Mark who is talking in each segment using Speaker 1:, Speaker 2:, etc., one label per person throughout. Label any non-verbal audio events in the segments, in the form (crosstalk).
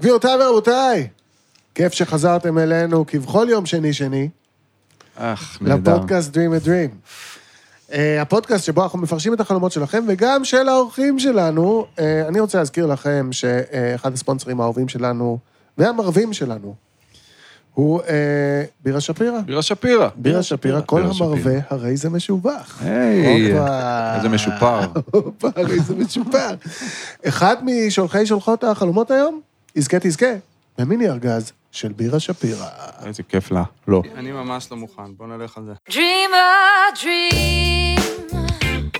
Speaker 1: גבירותיי ורבותיי, כיף שחזרתם אלינו כבכל יום שני-שני,
Speaker 2: אך, נהדר.
Speaker 1: לפודקאסט Dream a Dream. אה, הפודקאסט שבו אנחנו מפרשים את החלומות שלכם וגם של האורחים שלנו. אה, אני רוצה להזכיר לכם שאחד הספונסרים האהובים שלנו והמרבים שלנו הוא אה, בירה שפירא.
Speaker 2: בירה שפירא.
Speaker 1: בירה שפירא, כל
Speaker 2: בירה שפירא. אה.
Speaker 1: המרבה, הרי זה משובח.
Speaker 2: היי,
Speaker 1: הופה.
Speaker 2: אוקיי. איזה משופר.
Speaker 1: (laughs) הופה, הרי זה משופר. אחד משולחי שולחות החלומות היום, יזכה תזכה, במיני ארגז של בירה שפירא.
Speaker 2: איזה כיף לה. לא.
Speaker 3: אני ממש לא מוכן, בוא נלך על זה.
Speaker 4: Dream a dream.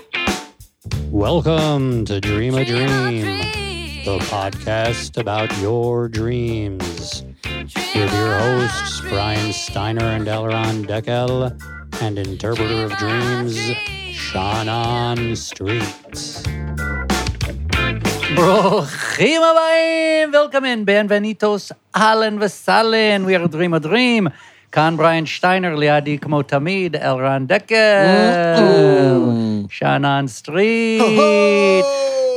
Speaker 5: Welcome to Dream a Dream,
Speaker 4: dream.
Speaker 5: the podcast about your dreams. With your hosts, Brian Steiner and Elron Deckel, and interpreter of dreams, Shannon Streets.
Speaker 6: ברוכים הבאים, Welcome in, בנבניטוס, אהלן וסהלן, We are dream a dream. כאן בריין שטיינר, לידי כמו תמיד, אלרן דקל, שאנן סטריט,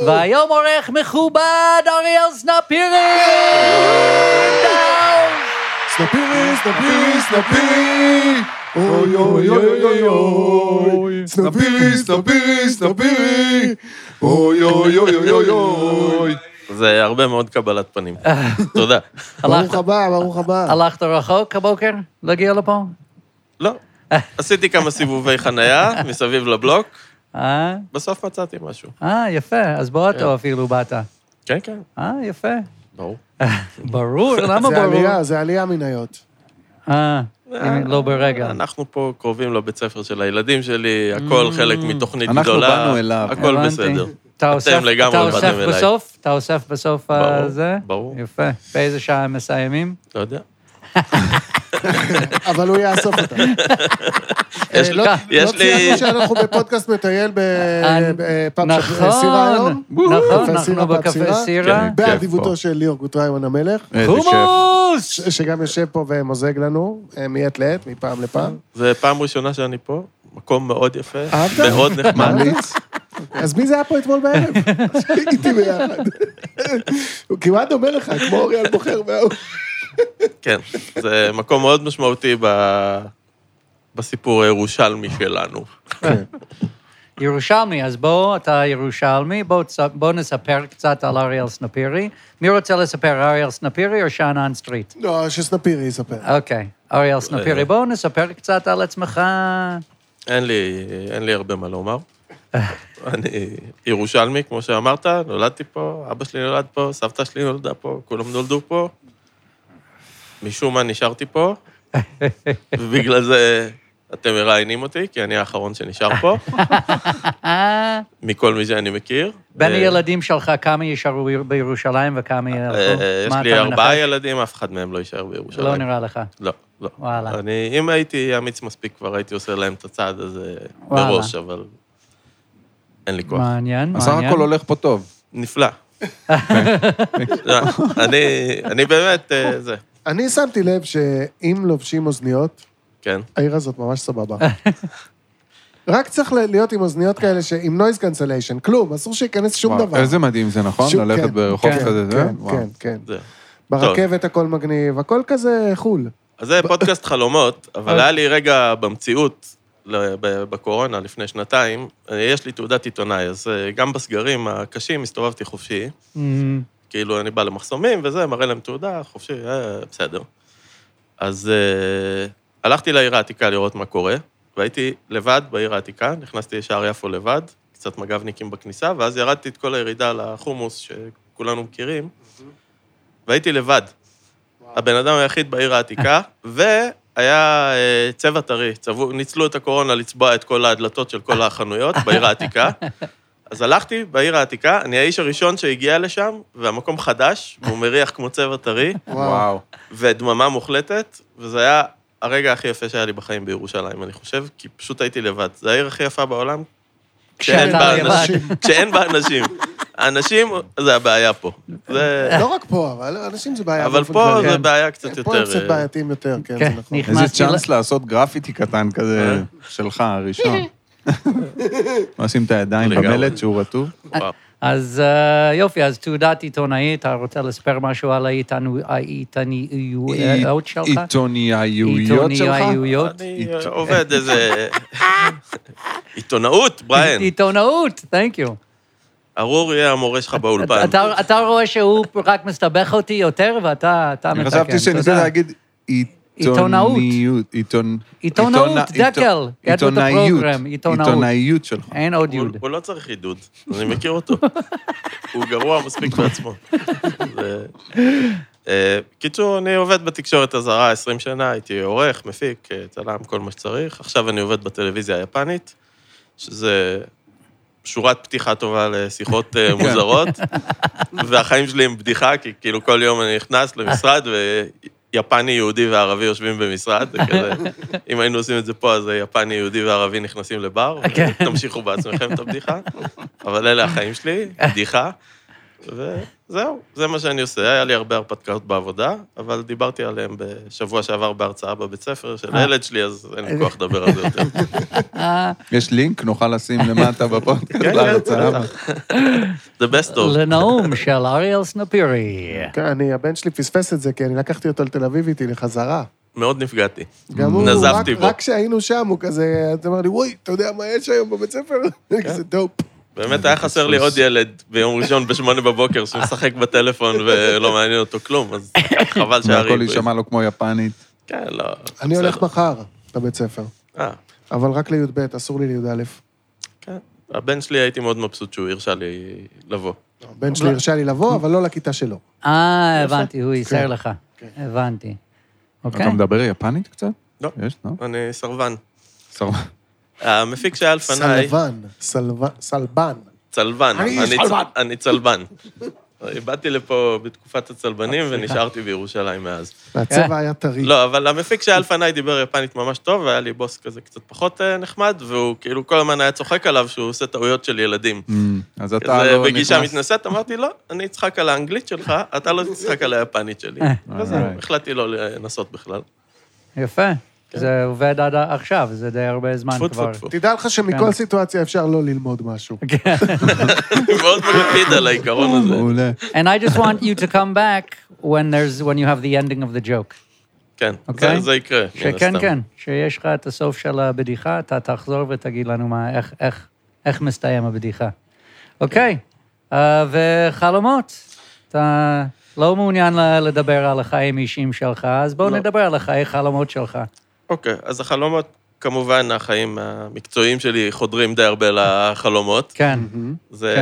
Speaker 6: והיום עורך מכובד אריאל סנפירי!
Speaker 1: סנפירי, סנפירי, סנפירי! אוי אוי אוי אוי אוי! סנפירי, סנפירי, סנפירי! אוי אוי אוי אוי אוי אוי!
Speaker 7: זה הרבה מאוד קבלת פנים. תודה.
Speaker 1: ברוך
Speaker 6: הלכת-
Speaker 1: הבא, ברוך הבא.
Speaker 6: הלכת רחוק הבוקר להגיע לפה?
Speaker 7: לא. עשיתי כמה סיבובי חנייה מסביב לבלוק,
Speaker 6: אה?
Speaker 7: בסוף מצאתי משהו.
Speaker 6: אה, יפה, אז באוטו אפילו באת.
Speaker 7: כן, כן,
Speaker 6: אה, יפה.
Speaker 7: ברור.
Speaker 6: (laughs) ברור, למה
Speaker 1: זה
Speaker 6: ברור?
Speaker 1: עלייה, זה עלייה מניות. (laughs)
Speaker 6: אה, אם לא ברגע.
Speaker 7: אנחנו פה קרובים לבית ספר של הילדים שלי, הכל חלק מתוכנית
Speaker 2: אנחנו
Speaker 7: גדולה.
Speaker 2: באנו אליו.
Speaker 7: הכל
Speaker 6: הבנתי.
Speaker 7: בסדר.
Speaker 6: אתה אוסף-
Speaker 7: לגמרי
Speaker 6: אתה
Speaker 7: באתם
Speaker 6: אוסף
Speaker 7: אליי.
Speaker 6: בסוף? אתה אוסף בסוף
Speaker 7: ברור,
Speaker 6: אה, זה?
Speaker 7: ברור.
Speaker 6: יפה. באיזה שעה הם מסיימים?
Speaker 7: לא יודע.
Speaker 1: אבל הוא יאסוף
Speaker 6: (laughs)
Speaker 1: אותה.
Speaker 7: יש
Speaker 1: אה,
Speaker 7: לי-
Speaker 1: לא-
Speaker 7: יש
Speaker 1: לא
Speaker 7: לי...
Speaker 1: ציינתי שאנחנו בפודקאסט מטייל בפאב
Speaker 6: נכון,
Speaker 1: אה, סירה היום.
Speaker 6: נכון,
Speaker 1: קפה סירה,
Speaker 6: אנחנו
Speaker 1: פאב
Speaker 6: בקפה
Speaker 1: סירה.
Speaker 6: סירה.
Speaker 2: כן.
Speaker 1: באדיבותו של ליאור גוטריימן המלך,
Speaker 2: איזה כיף.
Speaker 6: חומוס!
Speaker 1: ש- שגם יושב פה ומוזג לנו אה, מעת לעת, מפעם לפעם.
Speaker 7: זה פעם ראשונה שאני פה, מקום מאוד יפה,
Speaker 1: אהבת?
Speaker 7: מאוד נחמד.
Speaker 2: ממליץ.
Speaker 1: אוקיי, אז מי זה היה פה אתמול בערב? איתי ביחד. הוא כמעט דומה לך, כמו אוריאל בוחר וההוא.
Speaker 7: כן, זה מקום מאוד משמעותי ב- בסיפור הירושלמי שלנו.
Speaker 6: ירושלמי, אז בוא, אתה ירושלמי, בוא תס- בוא נספר קצת על אריאל סנפירי. מי רוצה לספר, אריאל סנפירי או שאנן סטריט?
Speaker 1: לא, שסנפירי יספר.
Speaker 6: אוקיי, אריאל
Speaker 7: אה.
Speaker 6: סנפירי, בוא נספר קצת על עצמך.
Speaker 7: אין לי, אין לי הרבה מה לומר. אני ירושלמי, כמו שאמרת, נולדתי פה, אבא שלי נולד פה, סבתא שלי נולדה פה, כולם נולדו פה. משום מה נשארתי פה, ובגלל זה אתם מראיינים אותי, כי אני האחרון שנשאר פה,
Speaker 6: אה,
Speaker 7: מכל מי שאני מכיר.
Speaker 6: בין
Speaker 7: אה,
Speaker 6: הילדים שלך, כמה יישארו ביר- בירושלים וכמה ילכו?
Speaker 7: אה, אה, יש
Speaker 6: נכון. מה
Speaker 7: לי
Speaker 6: אתה
Speaker 7: ארבעה
Speaker 6: מנחש?
Speaker 7: ילדים, אף אחד מהם לא יישאר בירושלים.
Speaker 6: לא נראה לך.
Speaker 7: לא, לא.
Speaker 6: וואלה.
Speaker 7: אני, אם הייתי אמיץ מספיק, כבר הייתי עושה להם את הצעד הזה
Speaker 6: וואלה.
Speaker 7: מראש, אבל אין לי כוח.
Speaker 6: מעניין, מעניין.
Speaker 2: אז סך הכל הולך פה טוב.
Speaker 6: (laughs)
Speaker 7: נפלא. לא, אני, אני באמת, אה, זה,
Speaker 1: אני שמתי לב שאם לובשים אוזניות,
Speaker 7: כן.
Speaker 1: העיר הזאת ממש סבבה. רק צריך ל- להיות עם אוזניות כאלה שעם noise cancellation, כלום, אסור שייכנס שום
Speaker 2: וואו,
Speaker 1: דבר.
Speaker 2: איזה מדהים זה, נכון?
Speaker 1: שום-
Speaker 2: ללכת
Speaker 1: כן,
Speaker 2: ברחוב
Speaker 1: כן,
Speaker 2: כזה, זה?
Speaker 1: כן,
Speaker 2: וואו.
Speaker 1: כן, כן.
Speaker 7: זה.
Speaker 1: ברכבת הכל מגניב, הכל כזה חול.
Speaker 7: אז זה פודקאסט חלומות, אבל היה לי רגע במציאות, ל- ב- בקורונה, לפני שנתיים, אה, יש לי תעודת עיתונאי, אז אה, גם בסגרים הקשים הסתובבתי חופשי.
Speaker 6: Mm,
Speaker 7: כאילו, אני בא למחסומים וזה, מראה להם תעודה, חופשי, אה, בסדר. אז אה, הלכתי לעיר העתיקה לראות מה קורה, והייתי לבד בעיר העתיקה, נכנסתי לשער יפו לבד, קצת מג"בניקים בכניסה, ואז ירדתי את כל הירידה לחומוס שכולנו מכירים, והייתי לבד. הבן אדם היחיד בעיר העתיקה, והיה אה, צבע טרי, צבעו- ניצלו את הקורונה לצבוע את כל הדלתות של כל החנויות בעיר העתיקה. אז הלכתי בעיר העתיקה, אני האיש הראשון שהגיע לשם, והמקום חדש, והוא מריח כמו צבע טרי,
Speaker 2: וואו.
Speaker 7: ודממה מוחלטת, וזה היה הרגע הכי יפה שהיה לי בחיים בירושלים, אני חושב, כי פשוט הייתי לבד. זו העיר הכי יפה בעולם, כשאין
Speaker 6: כשאתה
Speaker 7: בה
Speaker 6: לבד.
Speaker 7: אנשים. כשאין בה אנשים. האנשים, זה הבעיה פה. זה...
Speaker 1: (laughs) לא רק פה, אבל אנשים זה בעיה.
Speaker 7: אבל
Speaker 1: באופן
Speaker 7: פה
Speaker 1: כללי.
Speaker 7: זה בעיה קצת
Speaker 1: כן. פה הם
Speaker 7: יותר...
Speaker 1: קצת
Speaker 7: אה,
Speaker 1: בעייתיים יותר, כן,
Speaker 6: כן,
Speaker 1: זה נכון.
Speaker 6: נכ-
Speaker 2: איזה
Speaker 6: נכנסתי ל-
Speaker 2: צ'אנס לעשות גרפיטי קטן כזה (laughs) שלך, הראשון. לשים את הידיים
Speaker 7: לגמרי.
Speaker 2: במלט שהוא רטוב.
Speaker 6: אז אה, יופי, אז תעודת עיתונאי, אתה רוצה לספר משהו על העיתנו- העיתונאיות שלך?
Speaker 2: עיתונאיות שלך?
Speaker 6: עיתונאיות.
Speaker 7: אני
Speaker 2: עית-
Speaker 7: אה,
Speaker 6: (laughs)
Speaker 7: עובד איזה... עיתונאות, בריין.
Speaker 6: עיתונאות, thank you.
Speaker 7: ארור יהיה המורה שלך באולפן.
Speaker 6: אתה- אתה רואה שהוא רק מסתבך אותי יותר, ואתה אתה
Speaker 2: אני
Speaker 6: מתקן.
Speaker 2: חשבתי שניסית
Speaker 6: כן, תודה.
Speaker 2: להגיד
Speaker 6: עיתונאות.
Speaker 2: עיתונאיות. עיתון-
Speaker 6: עיתונאות,
Speaker 2: עיתונה-
Speaker 6: דקל.
Speaker 2: עיתון-
Speaker 6: יד
Speaker 2: עיתונאיות.
Speaker 6: בפרוגרם, עיתונאות.
Speaker 2: עיתונאיות שלך.
Speaker 6: אין עוד
Speaker 7: הוא-
Speaker 6: יוד.
Speaker 7: הוא לא צריך עידוד, אני מכיר אותו. (laughs) הוא גרוע מספיק בעצמו. (laughs) זה- אה, קיצור, אני עובד בתקשורת הזרה 20 שנה, הייתי עורך, מפיק, אה, צלם, כל מה שצריך. עכשיו אני עובד בטלוויזיה היפנית, שזה שורת פתיחה טובה לשיחות אה, מוזרות, והחיים שלי הם בדיחה, כי כאילו כל יום אני נכנס למשרד ו... יפני, יהודי וערבי יושבים במשרד, זה כזה, אם היינו עושים את זה פה, אז יפני, יהודי וערבי נכנסים לבר,
Speaker 6: כן.
Speaker 7: ותמשיכו בעצמכם את הבדיחה, אבל אלה החיים שלי, בדיחה, וזהו, זה מה שאני עושה. היה לי הרבה הרפתקאות בעבודה, אבל דיברתי עליהן בשבוע שעבר בהרצאה בבית ספר של הילד שלי, אז אין לי כוח לדבר על זה יותר.
Speaker 2: יש לינק, נוכל
Speaker 6: (laughs)
Speaker 2: לשים למטה בפודקאסט
Speaker 7: כן,
Speaker 2: להרצאה.
Speaker 7: כן, The best of.
Speaker 6: לנאום של אריאל סנפירי.
Speaker 1: כן, אני, הבן שלי פספס את זה, כי אני לקחתי אותו לתל אביב איתי לחזרה.
Speaker 7: מאוד נפגעתי.
Speaker 1: גם הוא,
Speaker 7: נזפתי
Speaker 1: רק-
Speaker 7: בו.
Speaker 1: רק כשהיינו שם, הוא כזה, אז אמר לי, וואי, אתה יודע מה יש היום בבית ספר?
Speaker 7: כן.
Speaker 1: (laughs) זה דופ.
Speaker 7: באמת היה חסר לי עוד ילד ביום ראשון בשמונה בבוקר שמשחק בטלפון ולא מעניין אותו כלום, אז חבל שהרי...
Speaker 2: והכל יישמע לו כמו יפנית.
Speaker 7: כן, לא.
Speaker 1: אני הולך
Speaker 7: בסדר.
Speaker 1: מחר לבית ספר,
Speaker 7: אה,
Speaker 1: אבל רק לי"ב, אסור לי לי"א.
Speaker 7: כן. הבן שלי, הייתי מאוד מבסוט שהוא הרשה לי לבוא.
Speaker 1: הבן שלי הרשה לי לבוא, אבל לא לכיתה שלו.
Speaker 6: אה, הבנתי, הוא ייסר
Speaker 1: כן.
Speaker 6: לך. הבנתי. אוקיי?
Speaker 2: אתה מדבר יפנית קצת?
Speaker 7: לא.
Speaker 2: יש, לא?
Speaker 7: אני סרבן.
Speaker 2: סבבה.
Speaker 7: המפיק שהיה לפניי...
Speaker 1: סלבן, סלבן, סלבן.
Speaker 7: צלבן.
Speaker 1: אני
Speaker 7: צ-
Speaker 1: צלבן.
Speaker 7: אני צלבן. באתי לפה בתקופת הצלבנים ונשארתי בירושלים מאז.
Speaker 1: והצבע היה טרי.
Speaker 7: לא, אבל המפיק שהיה לפניי דיבר יפנית ממש טוב, והיה לי בוס כזה קצת פחות אה, נחמד, והוא כאילו כל הזמן היה צוחק עליו שהוא עושה טעויות של ילדים.
Speaker 2: (laughs) אז אתה
Speaker 7: כזה
Speaker 2: לא
Speaker 7: בגישה
Speaker 2: נכנס-
Speaker 7: מתנשאת, אמרתי, לא, אני אצחק על האנגלית שלך, אתה לא תצחק על היפנית שלי.
Speaker 6: אה,
Speaker 2: אה,
Speaker 7: וזהו,
Speaker 2: Alright.
Speaker 7: החלטתי לא לנסות בכלל. (laughs)
Speaker 6: יפה. זה עובד עד עכשיו, זה די הרבה זמן
Speaker 7: טפו
Speaker 6: כבר. (laughs)
Speaker 7: טפו טפו.
Speaker 1: תדע לך שמכל סיטואציה אפשר לא ללמוד משהו.
Speaker 6: כן.
Speaker 7: אני מאוד מקפיד על העיקרון הזה.
Speaker 2: מעולה.
Speaker 6: And I just want you to come back when there's, when you have the ending of the joke.
Speaker 7: כן,
Speaker 6: אוקיי.
Speaker 7: זה- זה יקרה. מן
Speaker 6: שכן,
Speaker 7: הסתם.
Speaker 6: כן, שיש לך את הסוף של הבדיחה, אתה תחזור ותגיד לנו מה, איך, איך, איך מסתיים הבדיחה. אוקיי, אה, וחלומות. אתה לא מעוניין ל- לדבר על החיים האישיים שלך, אז בואו
Speaker 7: לא.
Speaker 6: נדבר על החיי חלומות שלך.
Speaker 7: אוקיי, אז החלומות, כמובן, החיים המקצועיים שלי חודרים די הרבה לחלומות.
Speaker 6: כן.
Speaker 7: זה...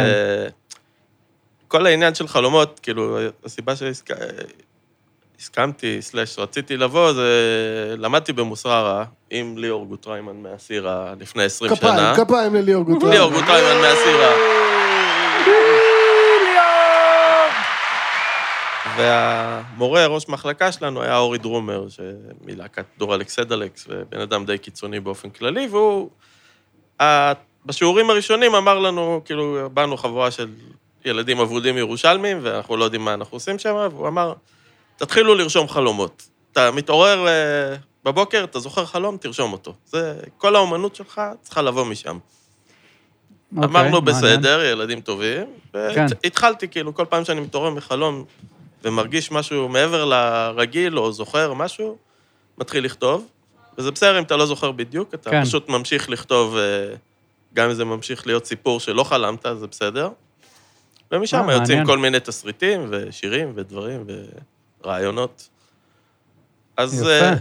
Speaker 7: כל העניין של חלומות, כאילו, הסיבה שהסכמתי, סלאש, רציתי לבוא, זה... למדתי במוסררה עם ליאור גוטריימן מהסירה לפני 20 שנה.
Speaker 1: כפיים, כפיים לליאור גוטרן.
Speaker 7: ליאור גוטריימן מהסירה. והמורה, ראש מחלקה שלנו, היה אורי דרומר, שמלהקת דור אלכסדלקס, ובן אדם די קיצוני באופן כללי, והוא... ה- בשיעורים הראשונים אמר לנו, כאילו, באנו חבורה של ילדים אבודים ירושלמים, ואנחנו לא יודעים מה אנחנו עושים שם, והוא אמר, תתחילו לרשום חלומות. אתה מתעורר אה, בבוקר, אתה זוכר חלום, תרשום אותו. זה, כל האומנות שלך צריכה לבוא משם.
Speaker 6: אוקיי,
Speaker 7: אמרנו,
Speaker 6: מעניין.
Speaker 7: בסדר, ילדים טובים.
Speaker 6: כן.
Speaker 7: והתחלתי, כאילו, כל פעם שאני מתעורר מחלום ומרגיש משהו מעבר לרגיל, או זוכר משהו, מתחיל לכתוב. וזה בסדר אם אתה לא זוכר בדיוק, אתה
Speaker 6: כן.
Speaker 7: פשוט ממשיך לכתוב, אה, גם אם זה ממשיך להיות סיפור שלא חלמת, זה בסדר. ומשם
Speaker 6: אה,
Speaker 7: יוצאים
Speaker 6: מעניין.
Speaker 7: כל מיני תסריטים ושירים ודברים ורעיונות. אז,
Speaker 6: יפה.
Speaker 7: אה,
Speaker 2: איזה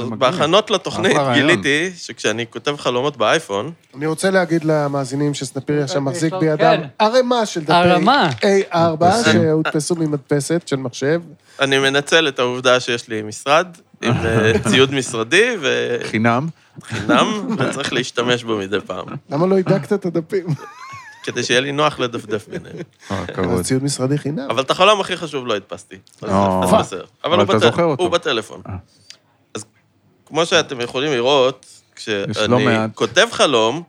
Speaker 7: אז
Speaker 2: מגניב.
Speaker 7: בהכנות לתוכנית
Speaker 2: אחלה רעיון.
Speaker 7: גיליתי שכשאני כותב חלומות באייפון,
Speaker 1: אני רוצה להגיד למאזינים שסנפירי עכשיו מחזיק
Speaker 6: כן.
Speaker 1: בידם ערימה של דפי
Speaker 6: ערימה.
Speaker 1: A4
Speaker 2: מדפסים.
Speaker 1: שהודפסו ממדפסת של מחשב.
Speaker 7: אני מנצל את העובדה שיש לי משרד, עם אה, ציוד משרדי (laughs)
Speaker 2: חינם.
Speaker 7: וחינם, וצריך להשתמש בו מדי פעם,
Speaker 1: למה לא הידקת את הדפים?
Speaker 7: כדי שיהיה לי נוח לדפדף ביניהם.
Speaker 2: אה,
Speaker 1: זה
Speaker 2: כבוד.
Speaker 1: ציוד משרדי חינם.
Speaker 7: אבל את החלום הכי חשוב לא הדפסתי. אז
Speaker 2: אה.
Speaker 7: זה בסדר. אבל
Speaker 2: אבל
Speaker 7: הוא
Speaker 2: אתה
Speaker 7: בטל-
Speaker 2: זוכר אותו.
Speaker 7: הוא בטלפון.
Speaker 2: אה.
Speaker 7: אז כמו שאתם יכולים לראות,
Speaker 2: לא
Speaker 7: כשאני
Speaker 2: מעט.
Speaker 7: כותב חלום,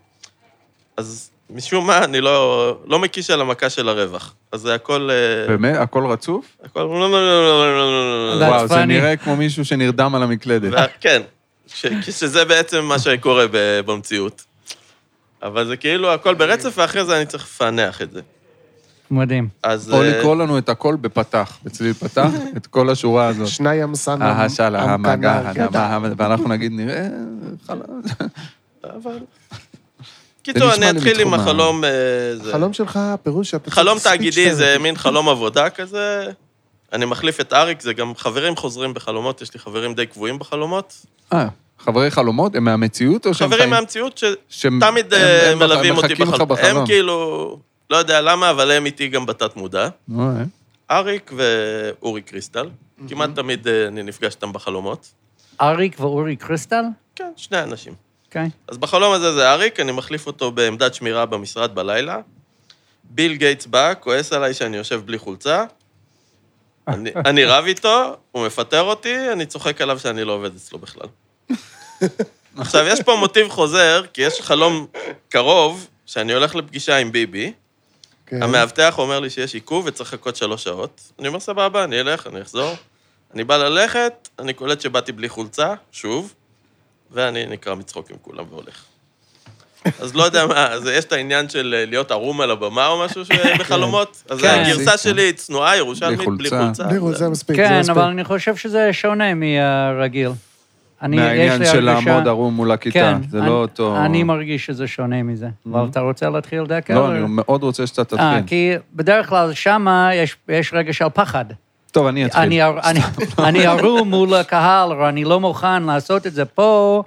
Speaker 7: אז משום מה אני לא לא מקיש על המכה של הרווח. אז זה הכל... אה,
Speaker 2: באמת? הכל רצוף?
Speaker 7: הכל... וואו,
Speaker 2: וואו, זה
Speaker 6: funny.
Speaker 2: נראה כמו מישהו שנרדם על
Speaker 7: (laughs)
Speaker 2: המקלדת.
Speaker 7: וה- כן, ש- שזה בעצם מה שקורה ב- במציאות. אבל זה כאילו הכל ברצף, ואחרי זה אני צריך לפענח את זה.
Speaker 6: מדהים.
Speaker 7: אז...
Speaker 2: או
Speaker 7: אה,
Speaker 2: לקרוא לנו את הכל בפתח, בצליל
Speaker 7: (laughs)
Speaker 2: פתח, את כל השורה הזאת.
Speaker 1: שני אמסן.
Speaker 2: אהה שלה, המגה,
Speaker 7: כן.
Speaker 2: הנמה, ואנחנו נגיד, נראה,
Speaker 7: אבל... קיצור,
Speaker 2: נשמע
Speaker 7: אני
Speaker 2: לי
Speaker 7: אתחיל עם
Speaker 2: מתחום ה-
Speaker 7: החלום... אה, זה.
Speaker 1: החלום שלך, פירוש שאתה...
Speaker 7: חלום
Speaker 1: צריך speech
Speaker 7: תאגידי זה
Speaker 1: therapy.
Speaker 7: מין חלום עבודה כזה. אני מחליף את אריק, זה גם חברים חוזרים בחלומות, יש לי חברים די קבועים בחלומות.
Speaker 2: אה, חברי חלומות, הם מהמציאות או שהם
Speaker 7: חברים
Speaker 2: חיים?
Speaker 7: מהמציאות
Speaker 2: שהם-
Speaker 7: שתמיד
Speaker 2: הם-
Speaker 7: אה,
Speaker 2: הם בח-
Speaker 7: מלווים אותי
Speaker 2: מחכים לך
Speaker 7: בחלום.
Speaker 2: בחלום.
Speaker 7: הם כאילו, לא יודע למה, אבל הם איתי גם בתת מודע.
Speaker 2: אה,
Speaker 7: אריק ואורי קריסטל, כמעט תמיד אה, אני נפגש איתם בחלומות.
Speaker 6: אריק ואורי קריסטל?
Speaker 7: כן, שני אנשים.
Speaker 6: אוקיי.
Speaker 7: אז בחלום הזה זה אריק, אני מחליף אותו בעמדת שמירה במשרד בלילה. ביל גייטס בא, כועס עליי שאני יושב בלי חולצה. אני, אני רב איתו, הוא מפטר אותי, אני צוחק עליו שאני לא עובד אצלו בכלל. עכשיו, יש פה מוטיב חוזר, כי יש חלום קרוב, שאני הולך לפגישה עם ביבי,
Speaker 1: כן.
Speaker 7: המאבטח אומר לי שיש עיכוב וצריך לחכות שלוש שעות. אני אומר, סבבה, אני אלך, אני אחזור. אני בא ללכת, אני קולט שבאתי בלי חולצה, שוב, ואני נקרע מצחוק עם כולם והולך. אז לא יודע מה, זה יש את העניין של אה, להיות ערום על הבמה או משהו שבחלומות? אז
Speaker 6: כן.
Speaker 7: הגרסה שלי היא צנועה, ירושלמית, בלי
Speaker 2: חולצה.
Speaker 7: חולצה.
Speaker 1: לירות, זה מספיק, זה
Speaker 6: כן,
Speaker 1: מספיק.
Speaker 6: אבל אני חושב שזה שונה מהרגיל. אני- יש לי
Speaker 2: מהעניין של
Speaker 6: הרגשה-
Speaker 2: לעמוד ערום מול הכיתה,
Speaker 6: כן,
Speaker 2: זה
Speaker 6: אני-
Speaker 2: לא אותו... Mm-hmm.
Speaker 6: אני מרגיש שזה שונה מזה. אבל אתה רוצה להתחיל דקה?
Speaker 2: לא, אני מאוד רוצה שאתה
Speaker 6: אה,
Speaker 2: תתחיל.
Speaker 6: כי בדרך כלל שמה יש- יש רגע של פחד.
Speaker 2: טוב, אני אתחיל. לא.
Speaker 6: אני ער- אני- אני ערום מול הקהל, אבל אני לא מוכן לעשות את זה פה,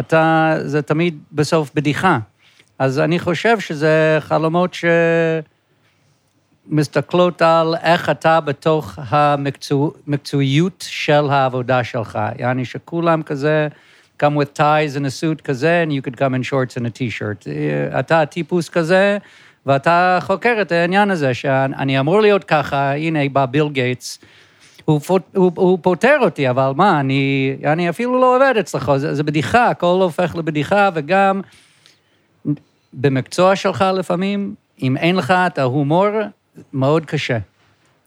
Speaker 6: אתה, זה תמיד בסוף בדיחה. אז אני חושב שזה חלומות שמסתכלות על איך אתה בתוך המקצועיות של העבודה שלך. יעני שכולם כזה, come with ties and a suit כזה, and you could come in shorts and a t-shirt. אה, אתה הטיפוס כזה, ואתה חוקר את העניין הזה, שאני אמור להיות ככה, הנה בא ביל גייטס. הוא, פות- הוא, הוא פוטר אותי, אבל מה, אני, אני אפילו לא עובד אצלך, זה, זה בדיחה, הכל הופך לבדיחה, וגם במקצוע שלך לפעמים, אם אין לך את ההומור, מאוד קשה.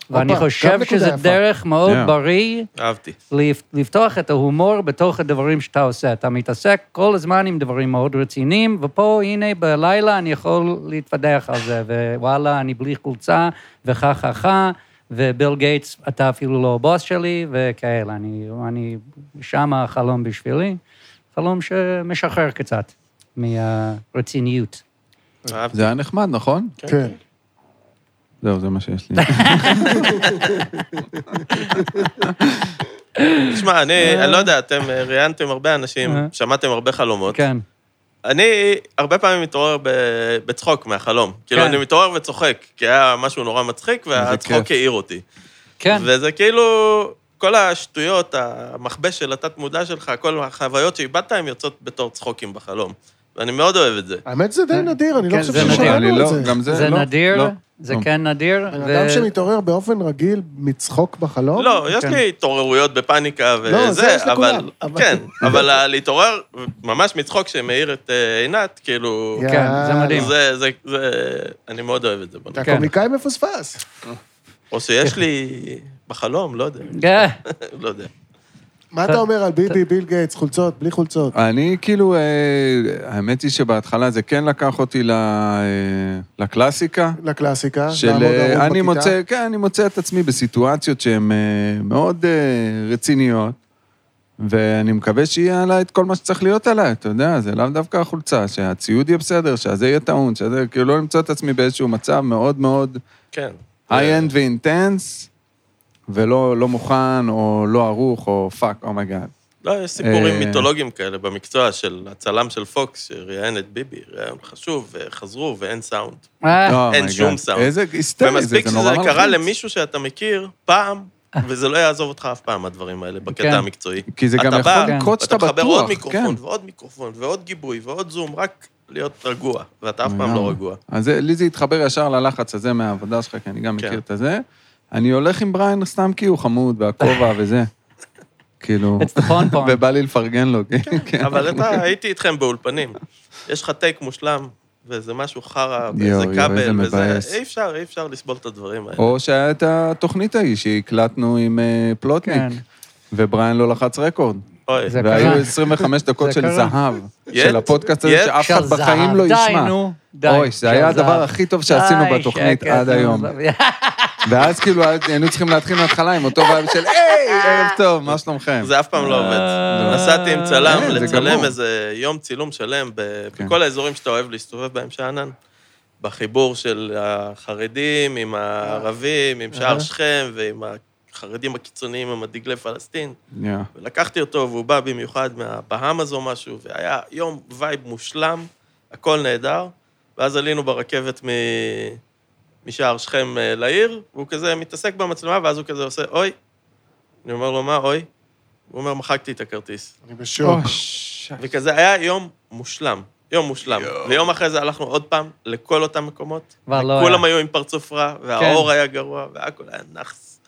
Speaker 6: ואני
Speaker 1: גם
Speaker 6: חושב
Speaker 1: נקודה
Speaker 6: שזה
Speaker 1: יפה.
Speaker 6: דרך מאוד
Speaker 2: Yeah.
Speaker 6: בריא
Speaker 7: אהבתי.
Speaker 6: לפ- לפתוח את ההומור בתוך הדברים שאתה עושה. אתה מתעסק כל הזמן עם דברים מאוד רציניים, ופה, הנה, בלילה אני יכול להתפדח על זה, ווואלה, אני בלי חולצה, וככה ככה, וביל גייטס, אתה אפילו לא הבוס שלי, וכאלה. אני, אני שמה החלום בשבילי, חלום שמשחרר קצת מהרציניות.
Speaker 7: אהבתי.
Speaker 2: זה היה נחמד, נכון?
Speaker 1: כן.
Speaker 2: זהו, זה מה שיש לי.
Speaker 7: תשמע, אני אני לא יודע, אתם אה, ראיינתם הרבה
Speaker 6: אה.
Speaker 7: אנשים, שמעתם הרבה חלומות.
Speaker 6: כן,
Speaker 7: אני הרבה פעמים מתעורר ב- בצחוק מהחלום. כאילו,
Speaker 6: כן.
Speaker 7: אני מתעורר וצוחק, כי היה משהו נורא מצחיק, והצחוק
Speaker 2: כיף.
Speaker 7: העיר אותי.
Speaker 6: כן.
Speaker 7: וזה כאילו, כל השטויות, המכבש של התת-מודע שלך, כל החוויות שאיבדת, הן יוצאות בתור צחוקים בחלום. ואני מאוד אוהב את זה.
Speaker 1: האמת זה די נדיר, אני לא
Speaker 6: כן,
Speaker 1: חושב
Speaker 6: זה
Speaker 2: (laughs)
Speaker 6: נדיר.
Speaker 2: אני
Speaker 1: ששמענו
Speaker 2: לא,
Speaker 1: את זה.
Speaker 2: גם
Speaker 6: זה
Speaker 2: לא,
Speaker 6: נדיר,
Speaker 2: לא.
Speaker 6: זה
Speaker 2: לא.
Speaker 6: כן נדיר.
Speaker 1: בן
Speaker 6: ו-
Speaker 1: אדם שמתעורר באופן רגיל מצחוק בחלום?
Speaker 7: לא,
Speaker 6: כן.
Speaker 7: יש לי התעוררויות בפאניקה
Speaker 1: אוקיי, כן. לא, זה יש
Speaker 7: וזה,
Speaker 1: לכולם,
Speaker 7: אבל...
Speaker 1: אבל-
Speaker 7: כן, אבל ה- להתעורר ממש מצחוק שמאיר את אה, עינת, כאילו...
Speaker 1: יאללה.
Speaker 6: כן, זה מדהים.
Speaker 7: זה, זה, זה... אני מאוד אוהב את זה. בוא נגיד.
Speaker 1: אתה
Speaker 6: כן.
Speaker 1: קומיקאי מפוספס.
Speaker 7: או שיש לי בחלום, לא יודע. (laughs)
Speaker 6: כן.
Speaker 7: לא יודע.
Speaker 1: מה אתה אומר על ביבי, ביל גייטס, חולצות, בלי חולצות?
Speaker 2: אני כאילו, אה, האמת היא שבהתחלה זה כן לקח אותי ל- אה, לקלאסיקה.
Speaker 1: לקלאסיקה,
Speaker 2: של
Speaker 1: לעמוד
Speaker 2: אה,
Speaker 1: ערוך
Speaker 2: אני
Speaker 1: בכיתה.
Speaker 2: מוצא, כן, אני מוצא את עצמי בסיטואציות שהן אה, מאוד אה, רציניות, ואני מקווה שיהיה עליי את כל מה שצריך להיות עליי, אתה יודע, זה לאו דווקא החולצה, שהציוד יהיה בסדר, שהזה יהיה טעון, שזה, כאילו לא למצוא את עצמי באיזשהו מצב מאוד מאוד
Speaker 7: כן.
Speaker 2: high-end ואינטנס, ולא לא מוכן, או לא ערוך, או פאק, אומייגאד.
Speaker 7: לא, יש סיפורים
Speaker 2: אה.
Speaker 7: מיתולוגיים כאלה במקצוע של הצלם של פוקס, שראיין את ביבי, ראיין חשוב, וחזרו, ואין סאונד.
Speaker 6: אה,
Speaker 2: לא.
Speaker 7: אין שום סאונד.
Speaker 2: Oh איזה היסטרי זה,
Speaker 7: ומספיק
Speaker 2: זה נורא
Speaker 7: שזה
Speaker 2: מלחיץ.
Speaker 7: קרה למישהו שאתה מכיר פעם, וזה לא יעזוב אותך אף פעם, הדברים האלה,
Speaker 6: כן.
Speaker 7: בקטע המקצועי.
Speaker 2: כי זה
Speaker 7: אתה
Speaker 2: גם
Speaker 7: בא,
Speaker 2: יכול לקרות
Speaker 7: ואתה
Speaker 2: שאתה
Speaker 7: מחבר
Speaker 2: בטוח, כן.
Speaker 7: עוד מיקרופון, ועוד מיקרופון, ועוד גיבוי, ועוד זום, רק להיות רגוע, ואתה אף פעם לא
Speaker 2: לגמרי.
Speaker 7: רגוע.
Speaker 2: אז זה- לי זה התחבר ישר ללחץ הזה מהעבודה שלך, כי אני גם
Speaker 7: כן.
Speaker 2: מכיר את הזה. אני הולך עם בריין סתם כי הוא חמוד,
Speaker 6: (laughs)
Speaker 2: והכובע וזה. כאילו,
Speaker 6: it's the fun part.
Speaker 2: ובא לי לפרגן לו.
Speaker 6: (laughs)
Speaker 2: כן. (laughs)
Speaker 7: אבל אתה, הייתי איתכם באולפנים. יש לך טייק מושלם, וזה משהו חרא,
Speaker 2: יואו,
Speaker 7: ואיזה
Speaker 2: יואו, איזה
Speaker 7: כבל, וזה...
Speaker 2: מבאס.
Speaker 7: אי אפשר, אי אפשר לסבול את הדברים האלה.
Speaker 2: או שהיה את התוכנית ההיא שהקלטנו עם אה,
Speaker 6: כן.
Speaker 2: פלוטניק, ובריין לא לחץ רקורד.
Speaker 7: אוי,
Speaker 6: זה
Speaker 2: והיו
Speaker 6: קרה.
Speaker 2: 25 דקות
Speaker 6: (laughs) זה
Speaker 2: של
Speaker 6: קרה.
Speaker 2: זהב,
Speaker 7: יט,
Speaker 2: של הפודקאסט הזה,
Speaker 7: יט,
Speaker 2: שאף אחד
Speaker 6: של זהב.
Speaker 2: בחיים לא
Speaker 6: די,
Speaker 2: ישמע.
Speaker 6: נו, די,
Speaker 2: אוי,
Speaker 6: של
Speaker 2: זה היה
Speaker 6: זהב.
Speaker 2: הדבר הכי טוב שעשינו
Speaker 6: די,
Speaker 2: בתוכנית
Speaker 6: שקט,
Speaker 2: עד
Speaker 6: נו,
Speaker 2: היום.
Speaker 6: זה- (laughs)
Speaker 2: ואז כאילו היינו צריכים להתחיל מההתחלה עם אותו וייב של, היי, ערב טוב, מה שלומכם?
Speaker 7: זה אף פעם לא עובד. נסעתי עם צלם
Speaker 2: אה, כן, זה
Speaker 7: לצלם
Speaker 2: גמור.
Speaker 7: איזה יום צילום שלם ב-
Speaker 2: כן.
Speaker 7: בכל האזורים שאתה אוהב להסתובב בהם שאנן. בחיבור של החרדים
Speaker 2: אה.
Speaker 7: עם הערבים, עם שער שכם ועם החרדים הקיצוניים עם הדגלי פלסטין.
Speaker 2: יא.
Speaker 7: ולקחתי אותו, והוא בא במיוחד מהבהאמאז או משהו, והיה יום וייב מושלם, הכל נהדר, ואז עלינו ברכבת מ... משער שכם אה, לעיר, והוא כזה מתעסק במצלמה, ואז הוא כזה עושה, אוי. אני אומר לו, מה, אוי? הוא אומר, מחקתי את הכרטיס.
Speaker 1: אני בשוק.
Speaker 7: וכזה היה יום מושלם, יום מושלם. ויום אחרי זה הלכנו עוד פעם לכל אותם מקומות.
Speaker 6: כבר לא
Speaker 7: כולם
Speaker 6: היה. כן.
Speaker 7: היו עם פרצוף רע, והאור היה גרוע, והכל היה נאחס.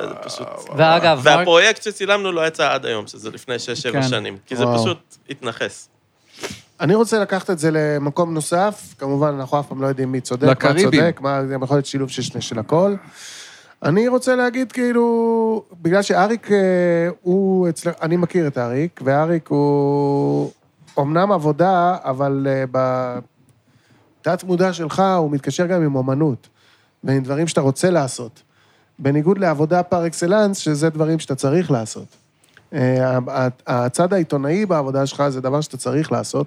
Speaker 7: וזה פשוט...
Speaker 6: ואגב, מרק-
Speaker 7: והפרויקט שצילמנו לא יצא עד היום, שזה לפני שש-שבע
Speaker 6: כן.
Speaker 7: שנים, כי זה
Speaker 1: וואו.
Speaker 7: פשוט התנכס.
Speaker 1: אני רוצה לקחת את זה למקום נוסף, כמובן, אנחנו אף פעם לא יודעים מי צודק, מה
Speaker 2: לקריבים.
Speaker 1: צודק, מה, זה יכול להיות שילוב של שני של הכל. אני רוצה להגיד, כאילו, בגלל שאריק אה, הוא אצל... אני מכיר את אריק, ואריק הוא אמנם עבודה, אבל אה, בתת-מודע שלך הוא מתקשר גם עם אומנות, ועם דברים שאתה רוצה לעשות. בניגוד לעבודה פר אקסלנס, שזה דברים שאתה צריך לעשות. אה, ה- ה- הצד העיתונאי בעבודה שלך זה דבר שאתה צריך לעשות.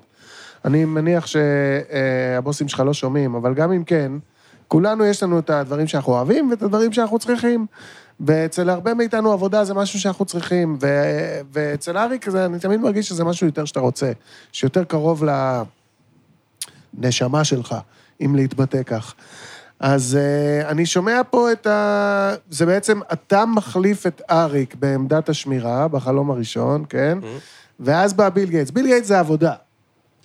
Speaker 1: אני מניח שהבוסים שלך לא שומעים, אבל גם אם כן, כולנו יש לנו את הדברים שאנחנו אוהבים ואת הדברים שאנחנו צריכים. ואצל הרבה מאיתנו עבודה זה משהו שאנחנו צריכים, ו... ואצל אריק זה, אני תמיד מרגיש שזה משהו יותר שאתה רוצה, שיותר קרוב לנשמה שלך, אם להתבטא כך. אז uh, אני שומע פה את ה... זה בעצם, אתה מחליף את אריק בעמדת השמירה, בחלום הראשון, כן? ואז בא ביל גייטס. ביל גייטס זה עבודה.